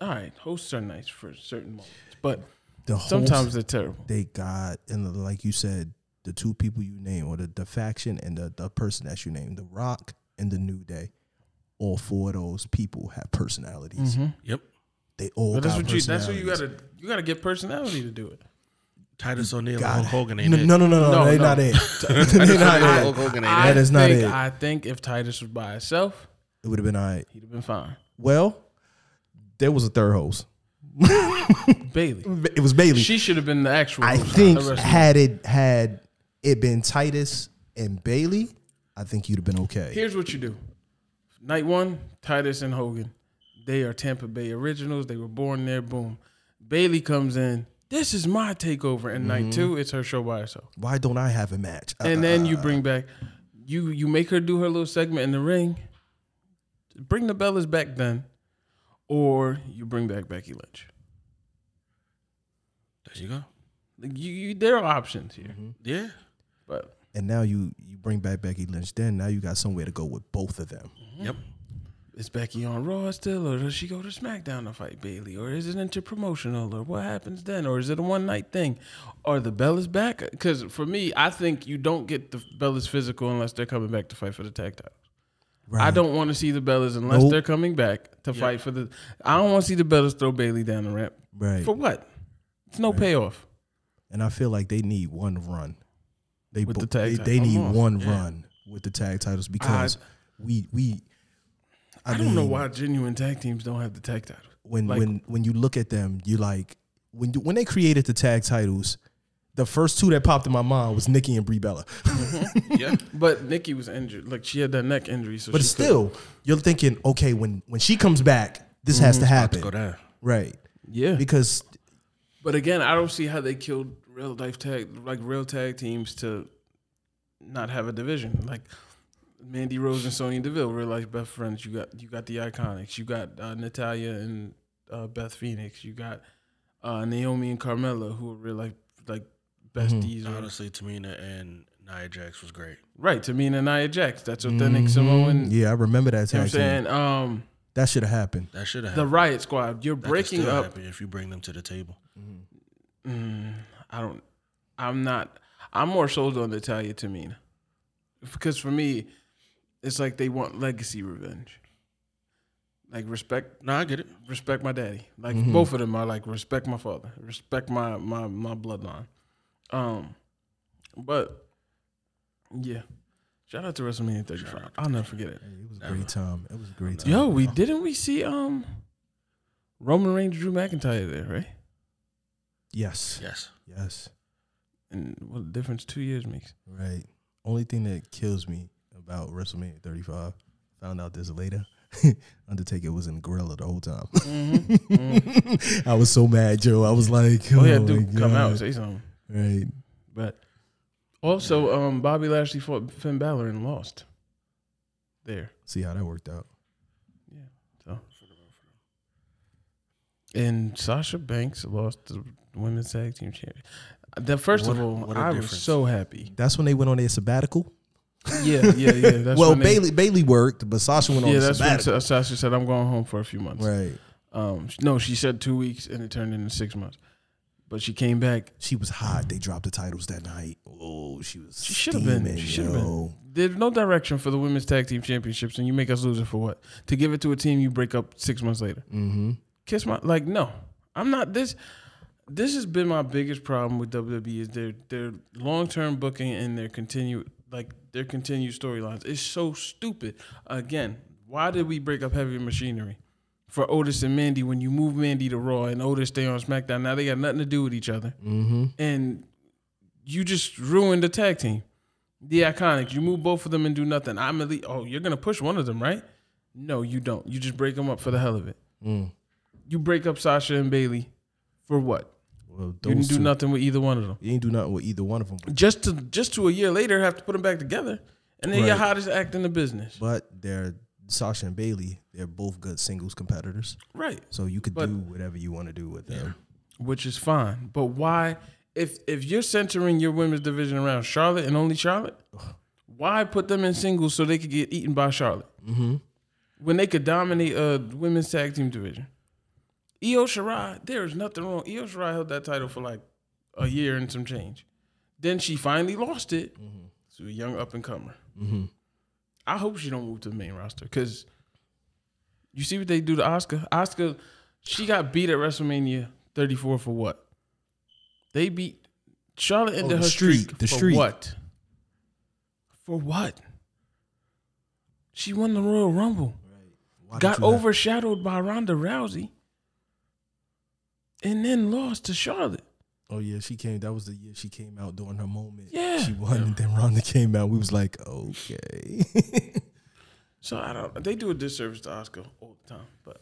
Speaker 6: all right, hosts are nice for certain moments, but
Speaker 7: The
Speaker 6: sometimes
Speaker 7: whole-
Speaker 6: they're terrible.
Speaker 7: they got and the, like you said, the two people you name or the, the faction and the, the person that you name, the Rock and the New Day. All four of those people have personalities.
Speaker 6: Mm-hmm.
Speaker 5: Yep.
Speaker 7: They all
Speaker 6: But that's
Speaker 7: got
Speaker 6: what you that's what you
Speaker 7: personalities.
Speaker 6: gotta you gotta get personality to do it.
Speaker 5: Titus O'Neil, and
Speaker 7: God.
Speaker 5: Hulk Hogan ain't
Speaker 7: No,
Speaker 5: it.
Speaker 7: no, no, no, no,
Speaker 6: No,
Speaker 7: they
Speaker 6: no.
Speaker 7: not it. they not
Speaker 5: Titus
Speaker 7: it.
Speaker 5: O'Neil, Hulk Hogan ain't
Speaker 6: I
Speaker 5: it.
Speaker 7: That is not
Speaker 6: think-
Speaker 7: it.
Speaker 6: I think if Titus was by himself,
Speaker 7: It would have been all right.
Speaker 6: he'd have been fine.
Speaker 7: Well, there was a third host.
Speaker 6: Bailey,
Speaker 7: It was Bailey.
Speaker 6: she should have been the actual.
Speaker 7: I
Speaker 6: host, not
Speaker 7: think
Speaker 6: the rest of them.
Speaker 7: had it had it been Titus and Bailey, I think you'd have been okay.
Speaker 6: Here's what you do. Night one, Titus and Hogan. They are Tampa Bay originals. They were born there. Boom. Bailey comes in. This is my takeover. And night two, it's her show by herself.
Speaker 7: Why don't I have a match? Uh,
Speaker 6: And then you bring back, you you make her do her little segment in the ring. Bring the Bellas back then, or you bring back Becky Lynch.
Speaker 5: There you go.
Speaker 6: Like, You, you there are options here,
Speaker 5: Yeah.
Speaker 6: but
Speaker 7: and now you you bring back Becky Lynch. Then now you got somewhere to go with both of them.
Speaker 5: Yep.
Speaker 6: is Becky on Raw still, or does she go to SmackDown to fight Bailey, or is it interpromotional, or what happens then, or is it a one night thing? Are the Bellas back? Because for me, I think you don't get the Bellas physical unless they're coming back to fight for the tag titles. I don't want to see the Bellas unless
Speaker 7: Nope.
Speaker 6: they're coming back to fight for the. I don't want to see the Bellas throw Bailey down the ramp
Speaker 7: Right.
Speaker 6: for what? It's no payoff.
Speaker 7: And I feel like they need one run. They
Speaker 6: With
Speaker 7: bo-
Speaker 6: the tag
Speaker 7: they,
Speaker 6: ti-
Speaker 7: they
Speaker 6: come
Speaker 7: need
Speaker 6: on,
Speaker 7: one run with the tag titles because we we
Speaker 6: I, don't know
Speaker 7: mean-
Speaker 6: why genuine tag teams don't have the tag titles.
Speaker 7: when
Speaker 6: Like-
Speaker 7: when when you look at them, you like when you, when they created the tag titles, the first two that popped in my mind was Nikki and Brie Bella.
Speaker 6: But Nikki was injured. Like she had that neck injury, so
Speaker 7: But
Speaker 6: she couldn't.
Speaker 7: still, you're thinking, okay, when when she comes back, this has to happen,
Speaker 5: Go down.
Speaker 7: right?
Speaker 6: yeah.
Speaker 7: Because
Speaker 6: But again, I don't see how they killed real life tag like real tag teams to not have a division. Like Mandy Rose and Sonya Deville, real life best friends. You got you got the Iconics. You got uh, Natalia and uh, Beth Phoenix. You got uh, Naomi and Carmella, who are real life like
Speaker 7: Mm-hmm.
Speaker 6: besties. or-
Speaker 5: Honestly, Tamina and Nia Jax was great.
Speaker 6: Right, Tamina and Nia Jax. That's authentic Samoan. You
Speaker 7: mm-hmm. yeah, I remember that
Speaker 6: know what
Speaker 7: tag
Speaker 6: I'm
Speaker 7: team.
Speaker 6: saying? Um,
Speaker 7: That should have happened.
Speaker 5: That should have
Speaker 6: the
Speaker 5: happened.
Speaker 6: Riot Squad. You're
Speaker 5: That could
Speaker 6: breaking
Speaker 5: still
Speaker 6: up
Speaker 5: happen if you bring them to the table.
Speaker 6: I don't. I'm not. I'm more sold on Natalia Tamina because for me, it's like they want legacy revenge. Like respect,
Speaker 5: No, I get it.
Speaker 6: respect my daddy. Like both of them are like respect my father, respect my my my bloodline. Um, but yeah, shout out to WrestleMania 35. I'll never forget it.
Speaker 7: It was a great time. It was a great time.
Speaker 6: Yo, we didn't we see um Roman Reigns, Drew McIntyre there, right?
Speaker 7: Yes.
Speaker 5: Yes.
Speaker 7: Yes.
Speaker 6: And what a difference two years makes.
Speaker 7: Right. Only thing that kills me about WrestleMania 35, found out this later. Undertaker was in gorilla the whole time. I was so mad, Joe. I was like, oh,
Speaker 6: Mm-hmm. Oh yeah,
Speaker 7: my
Speaker 6: dude, come out,
Speaker 7: God.
Speaker 6: say something.
Speaker 7: Right.
Speaker 6: But also, um, Bobby Lashley fought Finn Balor and lost. There,
Speaker 7: See how that worked out.
Speaker 6: so. And Sasha Banks lost the women's tag team champion. The first
Speaker 5: What
Speaker 6: of
Speaker 5: a-
Speaker 6: all,
Speaker 5: what a
Speaker 6: I was
Speaker 5: difference.
Speaker 6: so happy.
Speaker 7: That's when they went on their sabbatical.
Speaker 6: Yeah, yeah, yeah. That's
Speaker 7: well,
Speaker 6: when they-
Speaker 7: Bailey Bailey worked, but Sasha went on
Speaker 6: yeah,
Speaker 7: a
Speaker 6: that's when
Speaker 7: sabbatical.
Speaker 6: Sa- Sasha said, "I'm going home for a few months."
Speaker 7: right.
Speaker 6: Um, sh- no, she said two weeks, and it turned into six months. but she came back.
Speaker 7: She was hot. They dropped the titles that night. Oh, she was.
Speaker 6: She should have been. She should have been. There's no direction for the women's tag team championships, and you make us lose it for what? To give it to a team you break up six months later. Mm-hmm. Kiss my like no, I'm not this. This has been my biggest problem with WWE is their their long term booking and their continued like their continued storylines. It's so stupid. Again, why did we break up Heavy Machinery for Otis and Mandy when you move Mandy to Raw and Otis stay on SmackDown? Now they got nothing to do with each other, mm-hmm. and you just ruined the tag team. The iconics. You move both of them and do nothing. I'm elite. Oh, you're gonna push one of them, right? No, you don't. You just break them up for the hell of it.
Speaker 7: Mm.
Speaker 6: You break up Sasha and Bailey for what?
Speaker 7: Well,
Speaker 6: You didn't
Speaker 7: those
Speaker 6: do
Speaker 7: two-
Speaker 6: nothing with either one of them.
Speaker 7: You didn't do nothing with either one of them.
Speaker 6: Just to just to a year later have to put them back together, and they're your
Speaker 7: Right.
Speaker 6: hottest act in the business.
Speaker 7: But they're Sasha and Bailey. They're both good singles competitors.
Speaker 6: Right.
Speaker 7: So you could
Speaker 6: But-
Speaker 7: do whatever you want to do with them.
Speaker 6: which is fine. But why, if if you're centering your women's division around Charlotte and only Charlotte, why put them in singles so they could get eaten by Charlotte when they could dominate a women's tag team division? Io Shirai, there is nothing wrong. Io Shirai held that title for like a year and some change. Then she finally lost it
Speaker 7: Mm-hmm.
Speaker 6: to a young up and comer. I hope she don't move to the main roster because you see what they do to Oscar. Oscar, she got beat at WrestleMania 34 for what? They beat Charlotte into
Speaker 7: Oh, the
Speaker 6: her
Speaker 7: streak,
Speaker 6: streak.
Speaker 7: the
Speaker 6: for
Speaker 7: streak.
Speaker 6: what? For what? She won the Royal Rumble.
Speaker 7: Why did
Speaker 6: Got
Speaker 7: you have-
Speaker 6: overshadowed by Ronda Rousey. And then lost to Charlotte.
Speaker 7: oh yeah, she came. That was the year she came out during her moment.
Speaker 6: Yeah.
Speaker 7: she won, and then Ronda came out. We was like, okay.
Speaker 6: So I don't they do a disservice to Oscar all the time, but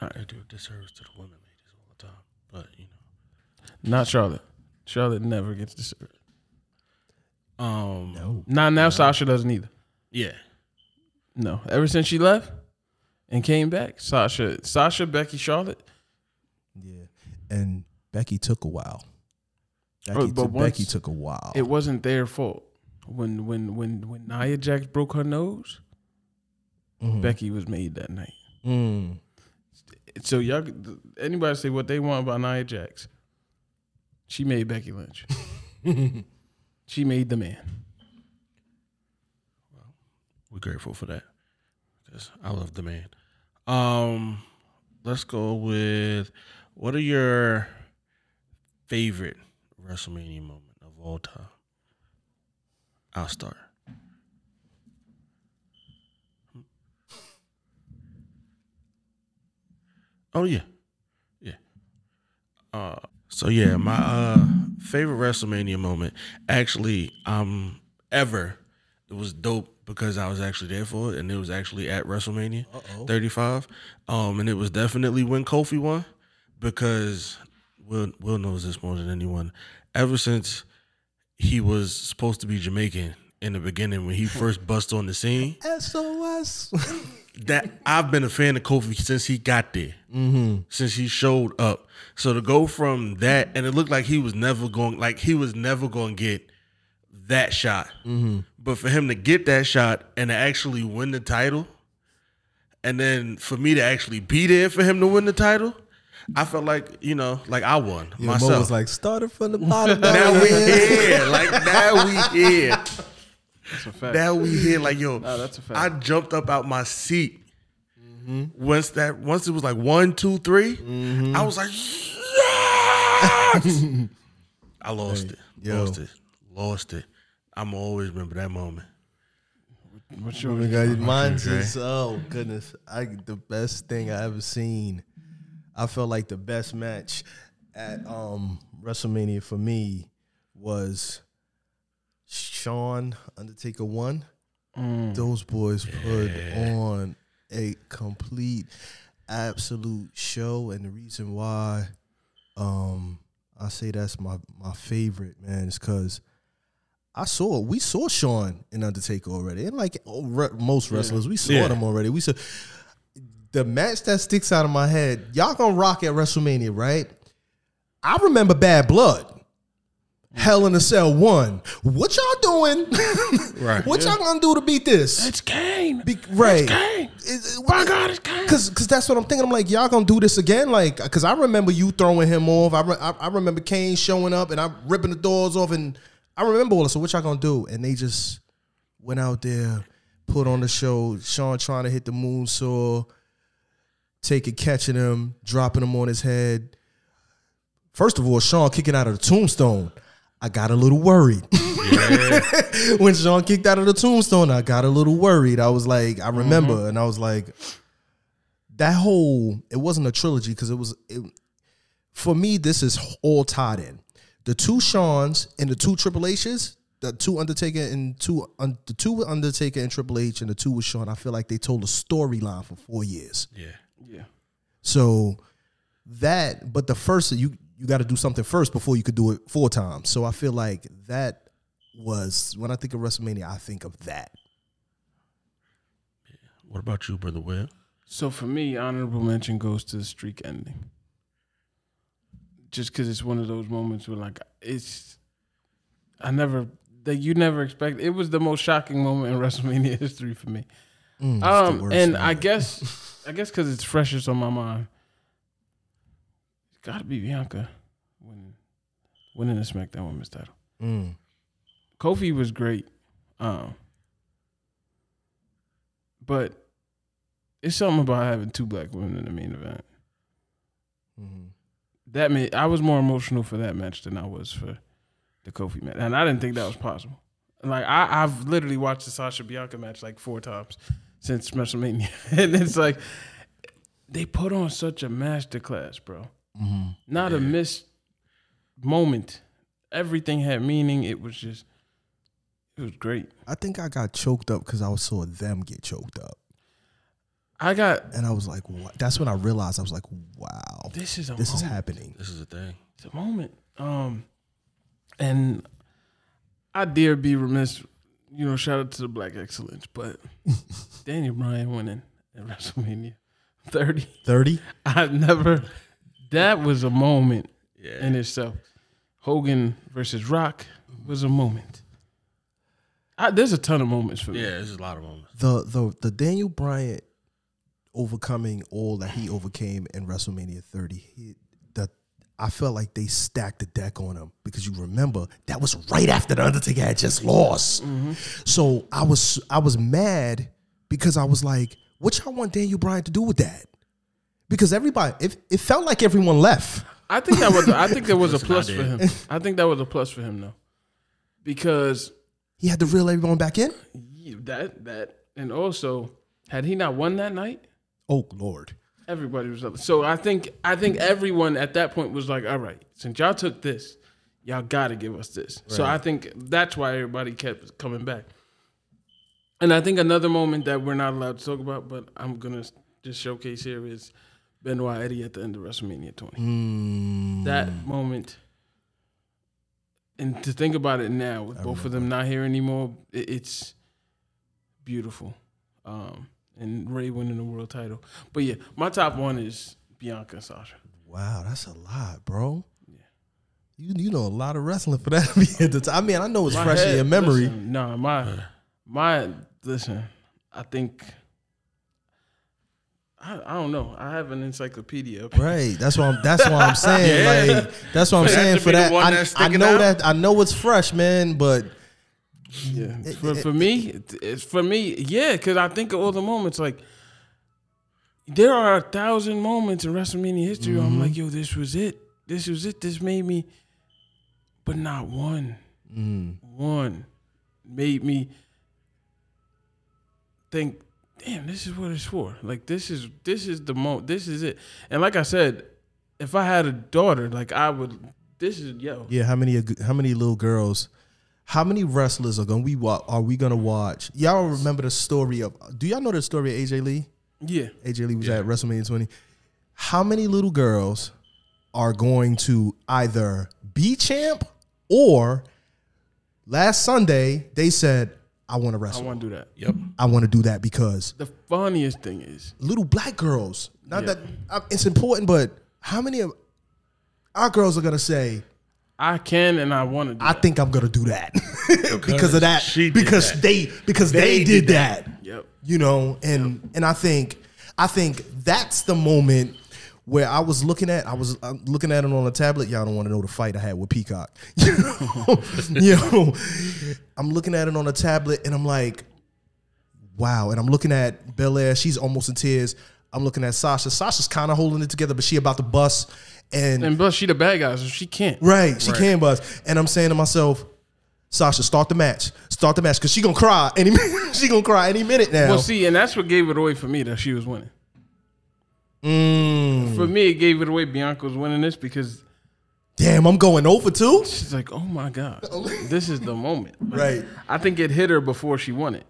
Speaker 6: all right.
Speaker 5: They do a disservice to the women ladies all the time, but you know.
Speaker 6: Not Charlotte. Charlotte never gets deserved.
Speaker 5: Um.
Speaker 6: Not now. Sasha doesn't either.
Speaker 5: Yeah.
Speaker 6: No. Ever since she left and came back, Sasha, Sasha, Becky, Charlotte.
Speaker 7: yeah, and Becky took a while. Becky,
Speaker 6: but
Speaker 7: took,
Speaker 6: once-
Speaker 7: Becky took a while.
Speaker 6: It wasn't their fault when when when when Nia Jax broke her nose. Becky was made that night.
Speaker 7: Mm-hmm. Mm.
Speaker 6: So y'all, could- anybody say what they want about Nia Jax? She made Becky Lynch. she made the man.
Speaker 5: We're grateful for that because I love the man. Um, let's go with what are your favorite WrestleMania moment of all time? I'll start. Hmm. Oh yeah, yeah. Uh, so yeah, my uh favorite WrestleMania moment actually um ever it was dope because I was actually there for it and it was actually at WrestleMania 35. Um and it was definitely when Kofi won because Will Will knows this more than anyone. Ever since he was supposed to be Jamaican in the beginning when he first bust on the scene,
Speaker 7: SOS.
Speaker 5: that I've been a fan of Kofi since he got there,
Speaker 7: Mm-hmm.
Speaker 5: since he showed up. So to go from that, and it looked like he was never going, like he was never going to get that shot.
Speaker 7: Mm-hmm.
Speaker 5: But for him to get that shot and to actually win the title, and then for me to actually be there for him to win the title, I felt like you know, like I won
Speaker 7: Yeah,
Speaker 5: myself.
Speaker 7: Mo was like, started from the bottom.
Speaker 5: now
Speaker 7: now
Speaker 5: we
Speaker 7: we're here."
Speaker 5: here, like now we here.
Speaker 6: That's a fact.
Speaker 5: Now we here, like yo,
Speaker 6: that's a fact.
Speaker 5: I jumped up out my seat once that once it was like one, two, three, I was like, yes! I lost it,
Speaker 7: yo.
Speaker 5: lost it, lost it. I'm always remember that moment.
Speaker 6: What's your-
Speaker 7: Guys, mine's is oh goodness, I the best thing I ever seen. I felt like the best match at um WrestleMania for me was Shawn Undertaker one. Those boys put on a complete, absolute show, and the reason why um I say that's my my favorite man is because. I saw we saw Sean in Undertaker already, and like oh, re- most wrestlers, we saw
Speaker 5: Yeah.
Speaker 7: them already. We saw the match that sticks out of my head. Y'all gonna rock at WrestleMania, right? I remember Bad Blood. Hell in a Cell one. What y'all doing? right. what y'all gonna do to beat this?
Speaker 6: It's Kane.
Speaker 7: Be- right.
Speaker 6: Kane.
Speaker 7: Is-
Speaker 6: My God, it's Kane.
Speaker 7: Cause, cause that's what I'm thinking. I'm like, y'all gonna do this again? Like, cause I remember you throwing him off. I, re- I, I remember Kane showing up and I'm ripping the doors off, and I remember all this. So what y'all gonna do? And they just went out there, put on the show. Sean trying to hit the moonsault, Taker catching him, dropping him on his head. First of all, Sean kicking out of the tombstone. I got a little worried when Sean kicked out of the tombstone. I got a little worried. I was like, I remember, and I was like that whole it wasn't a trilogy because it was it, for me this is all tied in the two Shawns and the two Triple H's the two Undertaker and two un, the two with Undertaker and Triple H and the two with Shawn I feel like they told a storyline for four years
Speaker 5: Yeah.
Speaker 7: so that, but the first you you got to do something first before you could do it four times. So I feel like that was when I think of WrestleMania, I think of that.
Speaker 5: What about you, brother Will?
Speaker 6: So for me, honorable mention goes to the streak ending. Just because it's one of those moments where, like, it's I never that you never expect. It was the most shocking moment in WrestleMania history for me. um,
Speaker 7: Mm, worst
Speaker 6: and I guess, I guess because it's freshest on my mind, it's got to be Bianca winning, winning the SmackDown Women's title.
Speaker 7: Mm,
Speaker 6: Kofi was great, um, but it's something about having two black women in the main event.
Speaker 7: mm-hmm.
Speaker 6: That made I was more emotional for that match than I was for the Kofi match, and I didn't think that was possible. Like I, I've literally watched the Sasha Bianca match like four times since WrestleMania, and it's like they put on such a masterclass, bro.
Speaker 7: Mm-hmm.
Speaker 6: Not a missed moment. Everything had meaning. It was just, it was great.
Speaker 7: I think I got choked up because I saw them get choked up,
Speaker 6: I got
Speaker 7: and I was like, "What?" That's when I realized I was like, "Wow,
Speaker 6: this is a
Speaker 7: this is
Speaker 6: moment.
Speaker 7: happening."
Speaker 5: This is the thing.
Speaker 6: It's a moment. Um, and I dare be remiss, you know, shout out to the Black Excellence, but Daniel Bryan winning at WrestleMania 30.
Speaker 7: Thirty.
Speaker 6: I never, that was a moment
Speaker 5: Yeah.
Speaker 6: in itself. Hogan versus Rock was a moment. I, there's a ton of moments for me.
Speaker 5: Yeah, there's a lot of moments.
Speaker 7: the the the Daniel Bryant overcoming all that he overcame in WrestleMania 30. He, the I felt like they stacked the deck on him because you remember that was right after the Undertaker had just lost. So I was I was mad because I was like, what y'all want Daniel Bryant to do with that? Because everybody, it, it felt like everyone left.
Speaker 6: I think that was. I think there was a plus
Speaker 5: I
Speaker 6: for
Speaker 5: did.
Speaker 6: him. I think that was a plus for him though, because
Speaker 7: He had to reel everyone back in.
Speaker 6: you- that that and also had he not won that night,
Speaker 7: Oh Lord.
Speaker 6: everybody was up. So I think I think everyone at that point was like, all right, since y'all took this, y'all got to give us this. So I think that's why everybody kept coming back. And I think another moment that we're not allowed to talk about, but I'm gonna just showcase here is Benoit Eddie at the end of WrestleMania 20.
Speaker 7: Mm.
Speaker 6: That moment, and to think about it now with both of them not here anymore, it, it's beautiful. Um, and Ray winning the world title, but yeah, my top one is Bianca and Sasha.
Speaker 7: Wow, that's a lot, bro. You, you know a lot of wrestling for that to be at the time. I mean, I know it's
Speaker 6: My
Speaker 7: fresh in
Speaker 6: head-
Speaker 7: your memory.
Speaker 6: listen, nah, my my listen. I think I, I don't know. I have an encyclopedia. Up
Speaker 7: Right. That's what I'm. That's what I'm saying. Like that's what I'm saying
Speaker 5: should
Speaker 7: for
Speaker 5: be the
Speaker 7: that.
Speaker 5: one
Speaker 7: I,
Speaker 5: that's
Speaker 7: I
Speaker 5: sticking
Speaker 7: know
Speaker 5: out.
Speaker 7: that. I know it's fresh, man. But
Speaker 6: Yeah, for, for me, it- it's for me, yeah, because I think of all the moments. Like, there are a thousand moments in WrestleMania history. Where I'm like, yo, this was it. This was it. This made me, but not one. One made me think, damn, this is what it's for. Like, this is this is the mo. This is it. And like I said, if I had a daughter, like I would. This is yo.
Speaker 7: yeah, how many? How many little girls? How many wrestlers are gonna we wa- are we gonna watch? Y'all remember the story of? Do y'all know the story of AJ Lee?
Speaker 6: Yeah.
Speaker 7: AJ Lee was at WrestleMania 20. How many little girls are going to either be champ or last Sunday they said I want to
Speaker 6: I
Speaker 7: wrestle.
Speaker 6: want to do that.
Speaker 5: Yep.
Speaker 7: I want to do that because
Speaker 6: The funniest thing is
Speaker 7: little black girls. Not
Speaker 6: Yeah.
Speaker 7: that uh, it's important, but how many of our girls are gonna say,
Speaker 6: I can and I want to. Do
Speaker 7: I
Speaker 6: that.
Speaker 7: think I'm gonna do that because of that.
Speaker 5: she did
Speaker 7: because
Speaker 5: that.
Speaker 7: they because they,
Speaker 5: They
Speaker 7: did,
Speaker 5: did
Speaker 7: that.
Speaker 6: Yep.
Speaker 7: You know, and and I think I think that's the moment where I was looking at I was I'm looking at it on a tablet. Y'all don't want to know the fight I had with Peacock. You know, you know I'm looking at it on a tablet and I'm like, wow. And I'm looking at Bel Air. She's almost in tears. I'm looking at Sasha. Sasha's kind of holding it together, but she about to bust. And
Speaker 6: And plus, she the bad guy, so she can't.
Speaker 7: Right, she can bust. And I'm saying to myself, Sasha, start the match. Start the match because she gonna cry any minute. she gonna cry any minute now.
Speaker 6: Well, see, and that's what gave it away for me that she was winning.
Speaker 7: Mm.
Speaker 6: For me, it gave it away. Bianca was winning this because
Speaker 7: Damn, I'm going over too.
Speaker 6: she's like, "Oh my god, this is the moment." Like,
Speaker 7: Right.
Speaker 6: I think it hit her before she won it,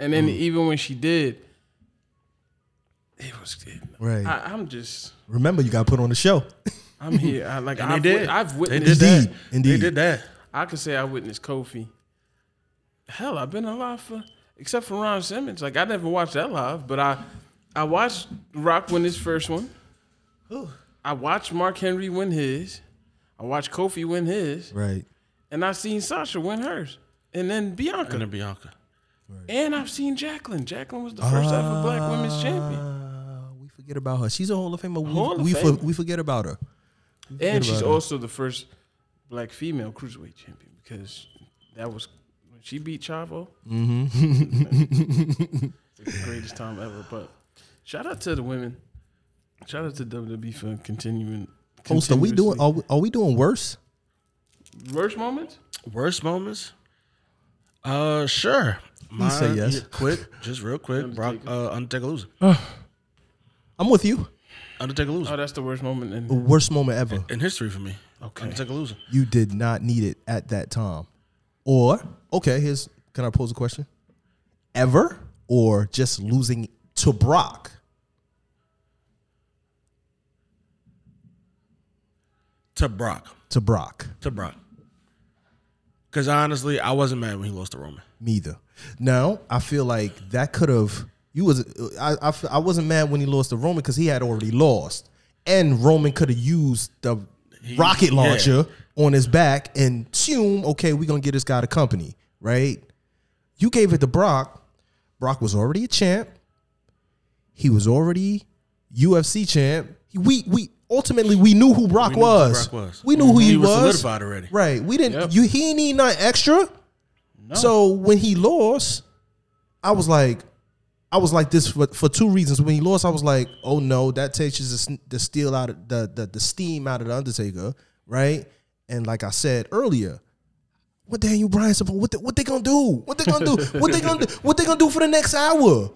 Speaker 6: and then
Speaker 7: Mm.
Speaker 6: even when she did, it was. It,
Speaker 7: Right.
Speaker 6: I, I'm just.
Speaker 7: Remember, you gotta put on the show.
Speaker 6: I'm here. I, like
Speaker 5: And
Speaker 6: I've,
Speaker 5: they
Speaker 6: wit-
Speaker 5: did.
Speaker 6: I've
Speaker 5: They
Speaker 6: witnessed.
Speaker 5: did that.
Speaker 7: Indeed, indeed.
Speaker 5: They did that.
Speaker 6: I can say I witnessed Kofi. Hell, I've been alive for except for Ron Simmons. Like I never watched that live, but I I watched Rock win his first one. I watched Mark Henry win his. I watched Kofi win his,
Speaker 7: Right.
Speaker 6: and I've seen Sasha win hers, and then Bianca, and,
Speaker 5: And then Bianca.
Speaker 6: I've seen Jacqueline. Jacqueline was the first ever Black Women's Champion,
Speaker 7: Uh, we forget about her. She's a Hall of Famer. We,
Speaker 6: Hall of
Speaker 7: we, for,
Speaker 6: Famer.
Speaker 7: we forget about her.
Speaker 6: and she's
Speaker 7: about her.
Speaker 6: also the first Black female cruiserweight champion because that was when she beat Chavo.
Speaker 7: Mm-hmm.
Speaker 6: the greatest time ever. But shout out to the women. Shout out to WWE for continuing.
Speaker 7: Host, are Oh, we doing?
Speaker 6: all
Speaker 7: Are we, are we doing worse?
Speaker 6: worst moments?
Speaker 5: Worst moments? Uh, sure. Mine,
Speaker 7: say yes.
Speaker 5: Quick, just real quick. Brock, uh, Undertaker losing.
Speaker 7: I'm with you.
Speaker 5: Undertaker
Speaker 6: Oh,
Speaker 5: losing
Speaker 6: that's the worst moment. And
Speaker 7: Worst moment ever.
Speaker 5: in history for me. Okay. Undertaker losing.
Speaker 7: You did not need it at that time. Or okay, here's can I pose a question? Ever or just losing to Brock?
Speaker 5: To Brock.
Speaker 7: To Brock.
Speaker 5: To Brock. Because honestly, I wasn't mad when he lost to Roman.
Speaker 7: Me either. Now I feel like that could have you was I I, f- I wasn't mad when he lost to Roman because he had already lost, and Roman could have used the rocket launcher on his back and assume okay we're gonna get this guy to company right. You gave it to Brock. Brock was already a champ. He was already UFC champ. We we ultimately we knew who Brock,
Speaker 5: knew who
Speaker 7: was.
Speaker 5: Brock was.
Speaker 7: We knew who he,
Speaker 5: He was
Speaker 7: was.
Speaker 5: solidified already.
Speaker 7: Right. We didn't.
Speaker 6: Yep.
Speaker 7: You he ain't need nothing extra. So when he lost, I was like, I was like this for, for two reasons. When he lost, I was like, oh no, that takes the, sn- the steel out of the, the the steam out of the Undertaker, right? And like I said earlier, what Daniel Bryan supposed what they, what they gonna do? What they gonna do? What they gonna do? What they gonna do for the next hour?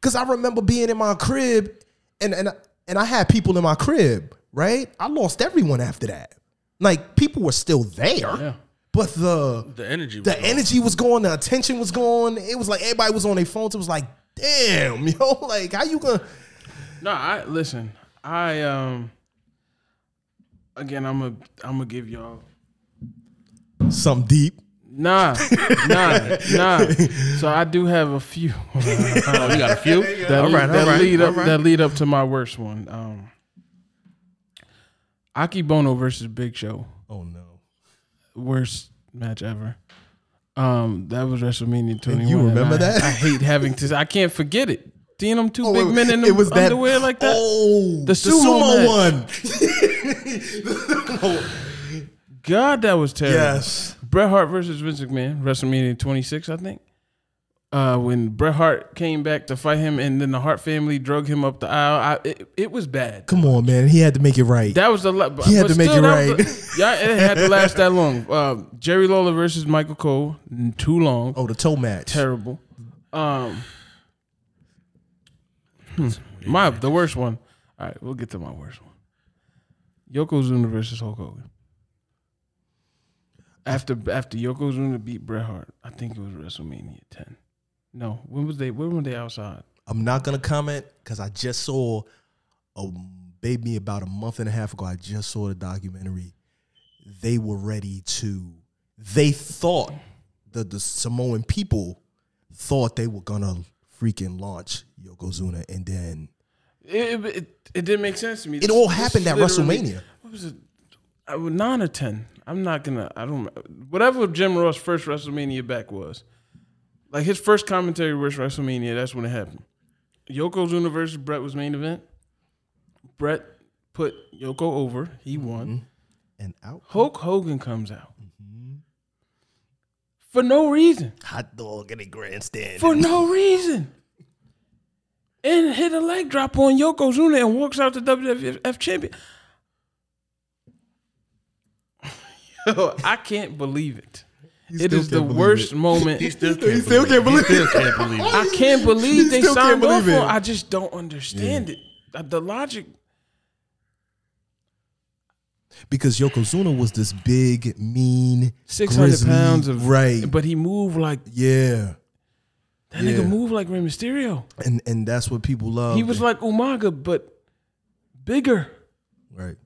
Speaker 7: Because I remember being in my crib, and and and I had people in my crib, right? I lost everyone after that. Like people were still there, but the
Speaker 5: The energy. was
Speaker 7: the
Speaker 5: gone.
Speaker 7: energy was going, the attention was going. It was like everybody was on their phones. It was like, damn, yo, like how you gonna?
Speaker 6: No, I listen. I um. Again, I'm a I'm gonna give y'all
Speaker 7: Something deep.
Speaker 6: nah nah nah. So I do have a few.
Speaker 5: Oh, you got a few? that,
Speaker 6: that,
Speaker 5: all right,
Speaker 6: that
Speaker 5: all right,
Speaker 6: lead
Speaker 5: all
Speaker 6: up
Speaker 5: right.
Speaker 6: that lead up to my worst one. Um, Aki Bono versus Big Show,
Speaker 7: Oh no,
Speaker 6: worst match ever. Um, that was WrestleMania 21.
Speaker 7: you
Speaker 6: and
Speaker 7: remember
Speaker 6: I-
Speaker 7: that?
Speaker 6: I hate having to. I can't forget it. Seeing them two
Speaker 7: Oh,
Speaker 6: big
Speaker 7: wait,
Speaker 6: men in
Speaker 7: wait,
Speaker 6: them underwear like that.
Speaker 7: Oh,
Speaker 6: The sumo match.
Speaker 7: one.
Speaker 6: God, that was terrible.
Speaker 7: yes,
Speaker 6: Bret Hart versus Vince McMahon, WrestleMania 26, I think. Uh, when Bret Hart came back to fight him, and then the Hart family drug him up the aisle. I, it, it was bad.
Speaker 7: come on, man. He had to make it right.
Speaker 6: That was the la-
Speaker 7: He had to make it
Speaker 6: Yeah, it had to last that long. Um, Jerry Lawler versus Michael Cole, n- too long,
Speaker 7: oh, the toe match.
Speaker 6: terrible. Um, hmm, my the worst one. All right, we'll get to my worst one. Yokozuna versus Hulk Hogan. After after Yokozuna beat Bret Hart, I think it was WrestleMania ten. No, when was they? When were they outside?
Speaker 7: I'm not gonna comment because I just saw a baby about a month and a half ago. I just saw the documentary. They were ready to. They thought the the Samoan people thought they were gonna freaking launch Yokozuna, and then
Speaker 6: It, it, it didn't make sense to me.
Speaker 7: it all happened at
Speaker 6: literally-
Speaker 7: WrestleMania.
Speaker 6: What was it? I would nine or ten. I'm not gonna. I don't. Whatever Jim Ross' first WrestleMania back was, like his first commentary was WrestleMania. That's when it happened. Yokozuna versus Brett was main event. Brett put Yoko over. He won.
Speaker 7: And out
Speaker 6: Hulk Hogan comes out for no reason.
Speaker 7: hot dog in a grandstand.
Speaker 6: For no reason. And hit a leg drop on Yokozuna and walks out the WWF champion. Yo, I can't believe it. It
Speaker 7: still
Speaker 6: is the
Speaker 7: can't believe
Speaker 6: worst moment.
Speaker 5: He still can't,
Speaker 7: still
Speaker 5: believe,
Speaker 7: can't believe
Speaker 5: it. He
Speaker 7: it.
Speaker 5: still can't believe it.
Speaker 6: I can't believe they
Speaker 7: still can't
Speaker 6: signed off
Speaker 7: believe
Speaker 6: on.
Speaker 7: it.
Speaker 6: I just don't understand it. Uh, The logic.
Speaker 7: Because Yokozuna was this big, mean,
Speaker 6: Six hundred
Speaker 7: grizzly-
Speaker 6: pounds of
Speaker 7: right.
Speaker 6: but he moved like
Speaker 7: yeah,
Speaker 6: that.
Speaker 7: Yeah.
Speaker 6: Nigga moved like Rey Mysterio.
Speaker 7: and and that's what people love.
Speaker 6: He was like Umaga, but bigger.
Speaker 7: right,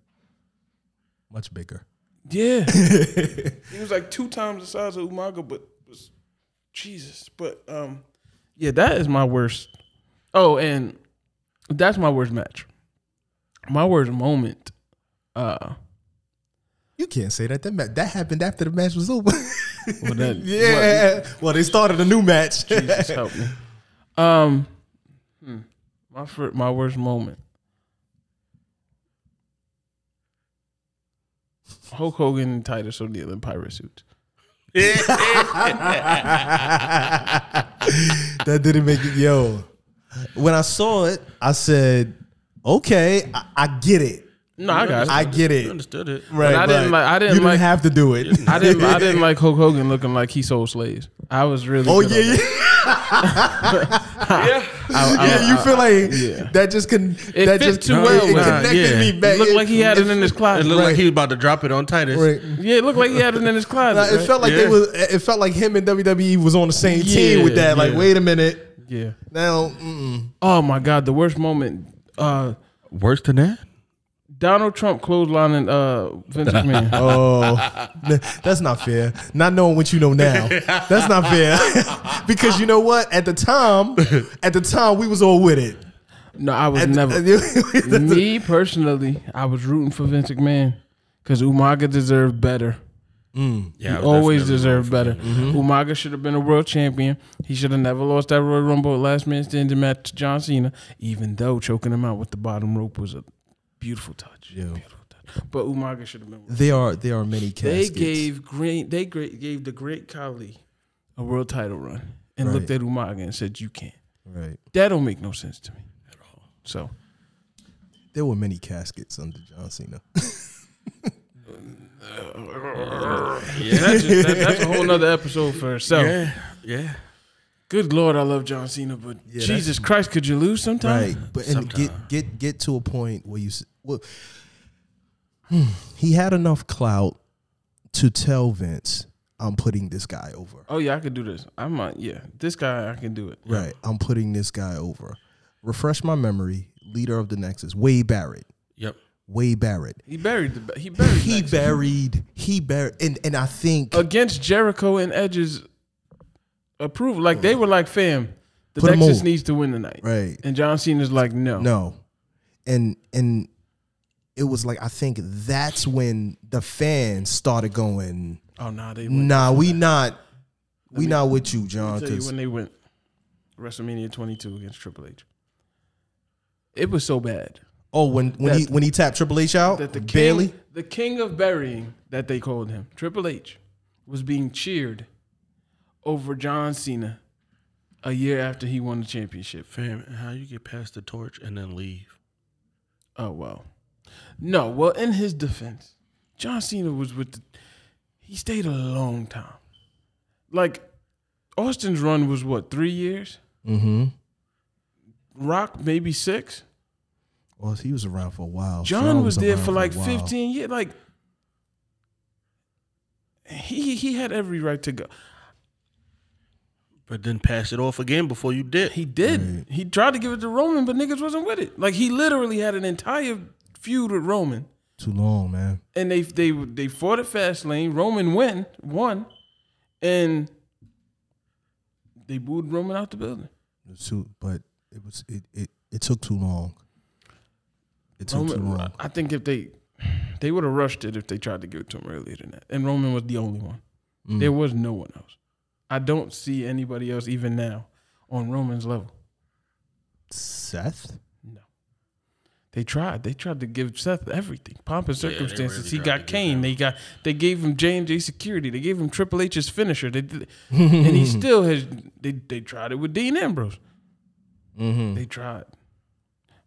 Speaker 7: much bigger.
Speaker 6: Yeah. he was like two times the size of Umaga, but was Jesus. But um Yeah, that is my worst. Oh, and that's my worst match. My worst moment. Uh
Speaker 7: You can't say that. That ma- that happened after the match was over.
Speaker 6: well, that,
Speaker 7: yeah. Well, they started a new match.
Speaker 6: Jesus help me. Um hmm, my fir- my worst moment. Hulk Hogan and Titus O'Neil in pirate suits.
Speaker 7: that didn't make it. Yo, when I saw it, I said, "Okay, I, I get it.
Speaker 6: No, I got it.
Speaker 7: I get
Speaker 5: You
Speaker 7: it."
Speaker 5: understood it.
Speaker 7: Right.
Speaker 6: I didn't
Speaker 7: but
Speaker 6: like- I didn't
Speaker 7: you didn't
Speaker 6: like-
Speaker 7: have to do it.
Speaker 6: I didn't. I didn't like Hulk Hogan looking like he sold slaves. I was really.
Speaker 7: Oh
Speaker 6: good on
Speaker 7: yeah, yeah.
Speaker 6: that. I- I-
Speaker 7: yeah, you
Speaker 6: I-
Speaker 7: feel like
Speaker 6: yeah.
Speaker 7: that just can
Speaker 6: It fit
Speaker 7: that just
Speaker 6: too
Speaker 7: it-
Speaker 6: well
Speaker 7: It,
Speaker 6: with it.
Speaker 7: connected
Speaker 5: Yeah.
Speaker 7: me
Speaker 5: It
Speaker 7: back.
Speaker 6: looked like he had it in his
Speaker 5: It
Speaker 6: closet.
Speaker 5: looked like
Speaker 7: Right.
Speaker 5: he was about to drop it on Titus.
Speaker 7: Right.
Speaker 6: yeah, it looked like he had it in his closet.
Speaker 7: Nah, it
Speaker 6: right?
Speaker 7: felt like
Speaker 5: Yeah.
Speaker 7: they was. It felt like him and WWE was on the same team
Speaker 6: Yeah,
Speaker 7: with that. Like,
Speaker 6: yeah.
Speaker 7: wait a minute,
Speaker 6: yeah.
Speaker 7: now mm-mm.
Speaker 6: Oh my God, the worst moment. Uh,
Speaker 5: Worse than that?
Speaker 6: Donald Trump clotheslining uh, Vince McMahon.
Speaker 7: Oh. Th- that's not fair. Not knowing what you know now, that's not fair. because you know what? At the time, at the time, we was all with it.
Speaker 6: No, I was
Speaker 7: At the-
Speaker 6: never. me personally, I was rooting for Vince McMahon because Umaga deserved better.
Speaker 5: Yeah. I was
Speaker 6: Always
Speaker 5: definitely-
Speaker 6: deserved better. Umaga should have been a world champion. He should have never lost that Royal Rumble last man standing match to John Cena, even though choking him out with the bottom rope was a beautiful touch. Beautiful touch. But Umaga should have been.
Speaker 7: there are there are many
Speaker 6: They
Speaker 7: caskets.
Speaker 6: gave great. They great gave the great Khali a world title run and
Speaker 7: Right.
Speaker 6: looked at Umaga and said, "You can't."
Speaker 7: right.
Speaker 6: That don't make no sense to me at all. So
Speaker 7: There were many caskets under John Cena.
Speaker 6: yeah, that's, just, that, that's a whole nother episode for itself.
Speaker 5: Yeah. Yeah.
Speaker 6: Good Lord, I love John Cena, but
Speaker 7: Yeah,
Speaker 6: Jesus Christ, could you lose sometime?
Speaker 7: Right, but and get get get to a point where you s- well, hmm, he had enough clout to tell Vince, "I'm putting this guy over."
Speaker 6: Oh yeah, I could do this. I might. Yeah, this guy, I can do it.
Speaker 7: Right, I'm putting this guy over. Refresh my memory. Leader of the Nexus, Wade Barrett.
Speaker 5: Yep.
Speaker 7: Wade Barrett.
Speaker 6: He buried the. He buried.
Speaker 7: He
Speaker 6: Nexus.
Speaker 7: buried. He buried. And and I think
Speaker 6: against Jericho and Edge's approval. Like they were like, "Fam, the
Speaker 7: Put 'em
Speaker 6: Texas
Speaker 7: over.
Speaker 6: needs to win tonight."
Speaker 7: right.
Speaker 6: And John Cena's like, "No,
Speaker 7: No. And and it was like I think that's when the fans started going,
Speaker 6: oh no, they went."
Speaker 7: "Nah, we not, we not with you, John."
Speaker 6: I'll tell you
Speaker 7: 'cause-
Speaker 6: when they went WrestleMania 22 against Triple H. It was so bad
Speaker 7: Oh, when when
Speaker 6: That-
Speaker 7: he when he tapped Triple H out,
Speaker 6: that the king,
Speaker 7: Bailey.
Speaker 6: the king of burying that they called him, Triple H, was being cheered over John Cena a year after he won the championship.
Speaker 5: Fam, how you get past the torch and then leave?
Speaker 6: Oh well. No, well, in his defense, John Cena was with the he stayed a long time. Like Austin's run was what, three years?
Speaker 7: Mm-hmm.
Speaker 6: Rock maybe six?
Speaker 7: Well, he was around for a while.
Speaker 6: John was, there
Speaker 7: around
Speaker 6: for like
Speaker 7: a while.
Speaker 6: 15 years. Like he he had every right to go.
Speaker 5: But then pass it off again before you did.
Speaker 6: He did. He tried to give it to Roman, but niggas wasn't with it. Like he literally had an entire feud with Roman.
Speaker 7: Too long, man.
Speaker 6: and they they they fought at Fastlane. Roman win won, and they booed Roman out the building.
Speaker 7: It was too, but it was it, it it took too long. It took too
Speaker 6: Roman,
Speaker 7: long.
Speaker 6: I think if they They would have rushed it if they tried to give it to him earlier than that. And Roman was the only one. There was no one else. I don't see anybody else even now on Roman's level.
Speaker 7: Seth?
Speaker 6: They tried. They tried to give Seth everything. Pomp and circumstances.
Speaker 5: really
Speaker 6: he
Speaker 5: tried to
Speaker 6: got
Speaker 5: do
Speaker 6: Kane. They got. They gave him J and J security. They gave him Triple H's finisher. They did, and he still has. They they tried it with Dean Ambrose.
Speaker 7: Mm-hmm.
Speaker 6: They tried.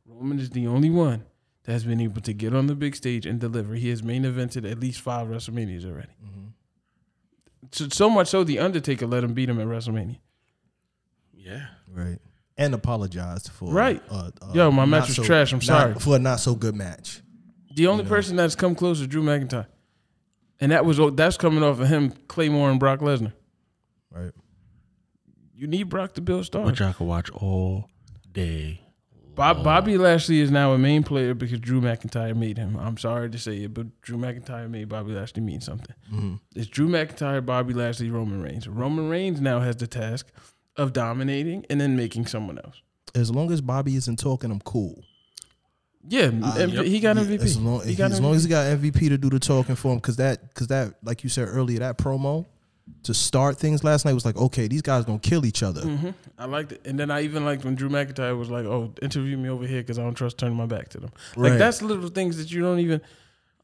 Speaker 6: Roman is the only one that has been able to get on the big stage and deliver. He has main evented at least five WrestleManias already. So, so much so, the Undertaker let him beat him at WrestleMania.
Speaker 5: Yeah.
Speaker 7: Right. And apologized for
Speaker 6: Right.
Speaker 7: uh, uh,
Speaker 6: Yo, my match
Speaker 7: not
Speaker 6: was trash. I'm
Speaker 7: not-
Speaker 6: sorry.
Speaker 7: for a not so good match.
Speaker 6: The only person that's come close is Drew McIntyre, and that was that's coming off of him, Claymore, and Brock Lesnar.
Speaker 7: Right.
Speaker 6: You need Brock to build stars.
Speaker 5: Which I could watch all day.
Speaker 6: Bob, Bobby Lashley is now a main player because Drew McIntyre made him. I'm sorry to say it, but Drew McIntyre made Bobby Lashley mean something. It's Drew McIntyre, Bobby Lashley, Roman Reigns. Roman Reigns now has the task of dominating and then making someone else.
Speaker 7: As long as Bobby isn't talking, I'm cool.
Speaker 6: Yeah, M- he got MVP.
Speaker 7: As long
Speaker 6: he
Speaker 7: as,
Speaker 6: got
Speaker 7: as
Speaker 6: MVP.
Speaker 7: long as he got MVP to do the talking for him, because that because that like you said earlier, that promo to start things last night was like, okay, these guys gonna kill each other.
Speaker 6: I liked it, and then I even liked when Drew McIntyre was like, "Oh, interview me over here because I don't trust turning my back to them." Like
Speaker 7: Right.
Speaker 6: that's little things that you don't even.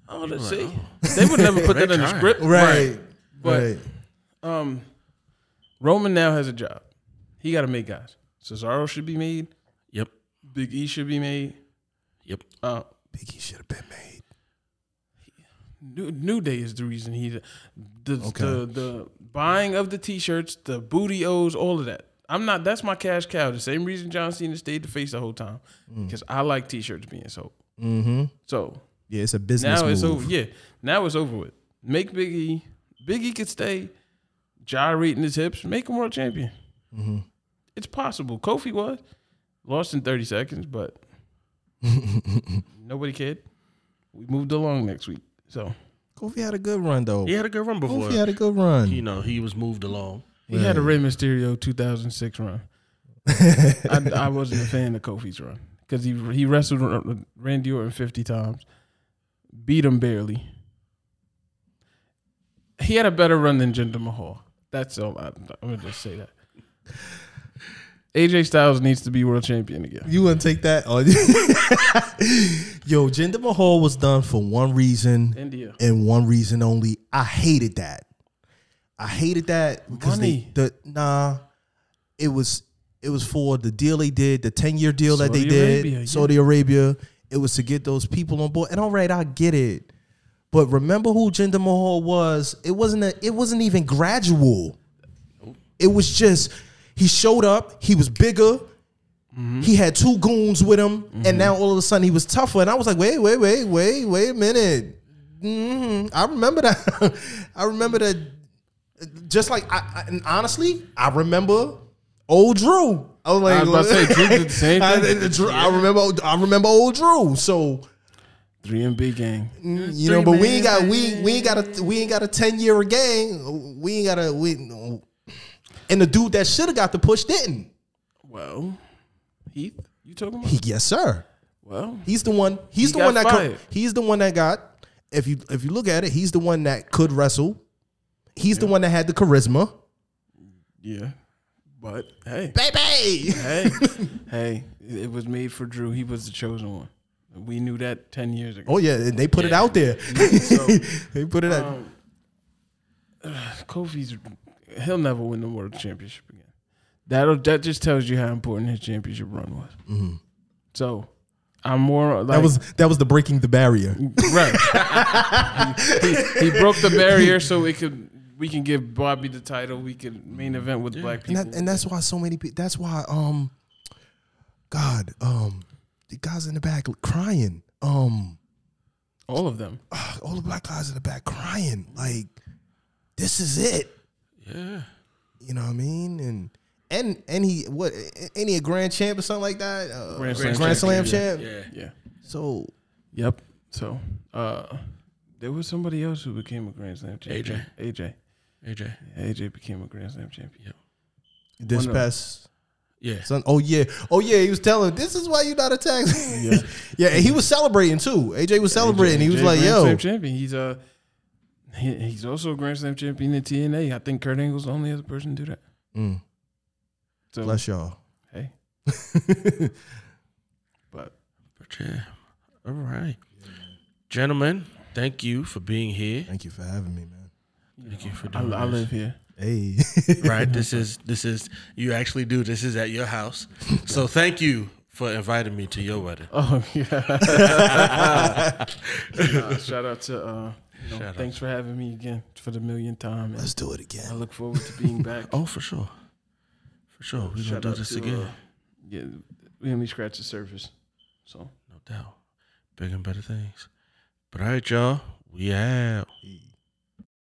Speaker 6: Oh, let's see. They would never put that in the
Speaker 5: tried.
Speaker 6: script,
Speaker 7: Right.
Speaker 6: But
Speaker 7: right.
Speaker 6: um, Roman now has a job. He got to make guys. Cesaro should be made.
Speaker 5: Yep.
Speaker 6: Big E should be made.
Speaker 5: Yep.
Speaker 6: Uh,
Speaker 7: Biggie should have been made.
Speaker 6: New, New Day is the reason he's the
Speaker 7: Okay.
Speaker 6: the the buying of the t-shirts, the booty O's, all of that. I'm not. That's my cash cow. The same reason John Cena stayed the face the whole time because I like t-shirts being sold.
Speaker 7: Mm-hmm.
Speaker 6: So
Speaker 7: Yeah, it's a business
Speaker 6: now
Speaker 7: move.
Speaker 6: it's over. Yeah, now it's over with. Make Big E. Big E could stay gyrating his hips. Make him world champion.
Speaker 7: Mm-hmm.
Speaker 6: It's possible. Kofi was lost in 30 seconds, but nobody cared. We moved along next week. So
Speaker 7: Kofi had a good run though.
Speaker 5: He had a good run before.
Speaker 7: Kofi had a good run.
Speaker 5: you know, he was moved along.
Speaker 6: he had a Rey Mysterio 2006 run. I, I wasn't a fan of Kofi's run because he he wrestled R- Randy Orton 50 times, beat him barely. He had a better run than Jinder Mahal. That's all. I, I'm gonna just say that. AJ Styles needs to be world champion again.
Speaker 7: You wouldn't take that? Oh, Yo, Jinder Mahal was done for one reason
Speaker 6: India.
Speaker 7: and one reason only. I hated that. I hated that because they,
Speaker 6: Money.
Speaker 7: the nah, it was it was for the deal they did, the ten year deal that they
Speaker 6: Saudi
Speaker 7: did,
Speaker 6: Arabia, yeah.
Speaker 7: Saudi Arabia. It was to get those people on board. And all right, I get it, but remember who Jinder Mahal was? It wasn't a, it wasn't even gradual. It was just he showed up. He was bigger. He had two goons with him,
Speaker 6: Mm-hmm.
Speaker 7: and now all of a sudden he was tougher. And I was like, wait, wait, wait, wait, wait a minute. Mhm. I remember that. I remember that. Just like I, I and honestly, I remember old Drew. I was like,
Speaker 6: I was about to say, Drew did the same
Speaker 7: I,
Speaker 6: thing.
Speaker 7: I- Drew- I remember, I remember old Drew. So
Speaker 6: Three and B gang.
Speaker 7: you know, but we ain't got we we ain't got a we ain't got a ten year gang. We ain't got a we. And the dude that should have got the push didn't.
Speaker 6: Well, Heath, you talking about?
Speaker 7: He, yes, sir.
Speaker 6: Well,
Speaker 7: He's the one. He's
Speaker 6: He
Speaker 7: the one
Speaker 6: got
Speaker 7: that. co-
Speaker 6: fired.
Speaker 7: he's the one that got. If you if you look at it, he's the one that could wrestle. He's the one that had the charisma.
Speaker 6: yeah, but hey.
Speaker 7: Baby.
Speaker 6: hey, hey, it was made for Drew. He was the chosen one. We knew that ten years ago.
Speaker 7: Oh yeah, and they put it out there. they put it out.
Speaker 6: um, Kofi's, he'll never win the world championship again. That'll that just tells you how important his championship run was. So, I'm more like
Speaker 7: Mm-hmm. that was that was the breaking the barrier.
Speaker 6: right. he, he broke the barrier so we could we can give Bobby the title. We could main event with black
Speaker 7: And,
Speaker 6: people.
Speaker 7: that, and that's why so many people. That's why um, God um, the guys in the back crying um,
Speaker 6: all of them.
Speaker 7: all the black guys in the back crying like, this is it.
Speaker 5: Yeah.
Speaker 7: You know what I mean? And and and he what? Any a grand champ or something like that? Uh,
Speaker 6: Grand
Speaker 7: grand,
Speaker 6: Slam
Speaker 7: slam
Speaker 6: champion,
Speaker 7: champ.
Speaker 5: Yeah.
Speaker 6: Yeah.
Speaker 7: So
Speaker 6: Yep. So, uh, there was somebody else who became a Grand Slam champion. AJ. AJ.
Speaker 5: AJ.
Speaker 6: AJ became a Grand Slam champion.
Speaker 7: this
Speaker 6: Wonder-
Speaker 7: past
Speaker 6: Yeah.
Speaker 7: Son, oh yeah, oh yeah. He was telling, "This is why you not a tax." yeah, yeah. And he was celebrating too. AJ was celebrating. he was
Speaker 6: Jay
Speaker 7: like,
Speaker 6: Grand
Speaker 7: "Yo,
Speaker 6: Slam champion. He's a he, he's also a Grand Slam champion in TNA. I think Kurt Angle's the only other person to do that. So
Speaker 7: bless y'all."
Speaker 6: hey, but
Speaker 5: But yeah. All right. Gentlemen, thank you for being here.
Speaker 7: Thank you for having me, man.
Speaker 5: Thank you for
Speaker 6: I,
Speaker 5: doing
Speaker 6: I live here.
Speaker 7: Hey,
Speaker 5: right? This is this is you actually do this is at your house. So thank you for inviting me to your wedding.
Speaker 6: Oh yeah. Nah, shout out to uh, you know, thanks for having me again for the millionth time. And
Speaker 7: let's do it
Speaker 6: I
Speaker 7: again.
Speaker 6: look forward to being back.
Speaker 5: Oh, for sure, for sure. We're gonna
Speaker 6: Shout
Speaker 5: do
Speaker 6: out
Speaker 5: this
Speaker 6: to,
Speaker 5: again,
Speaker 6: uh, yeah, we only scratched the surface. So.
Speaker 5: no doubt. Bigger and better things. But all right, y'all, we out.
Speaker 7: Peace.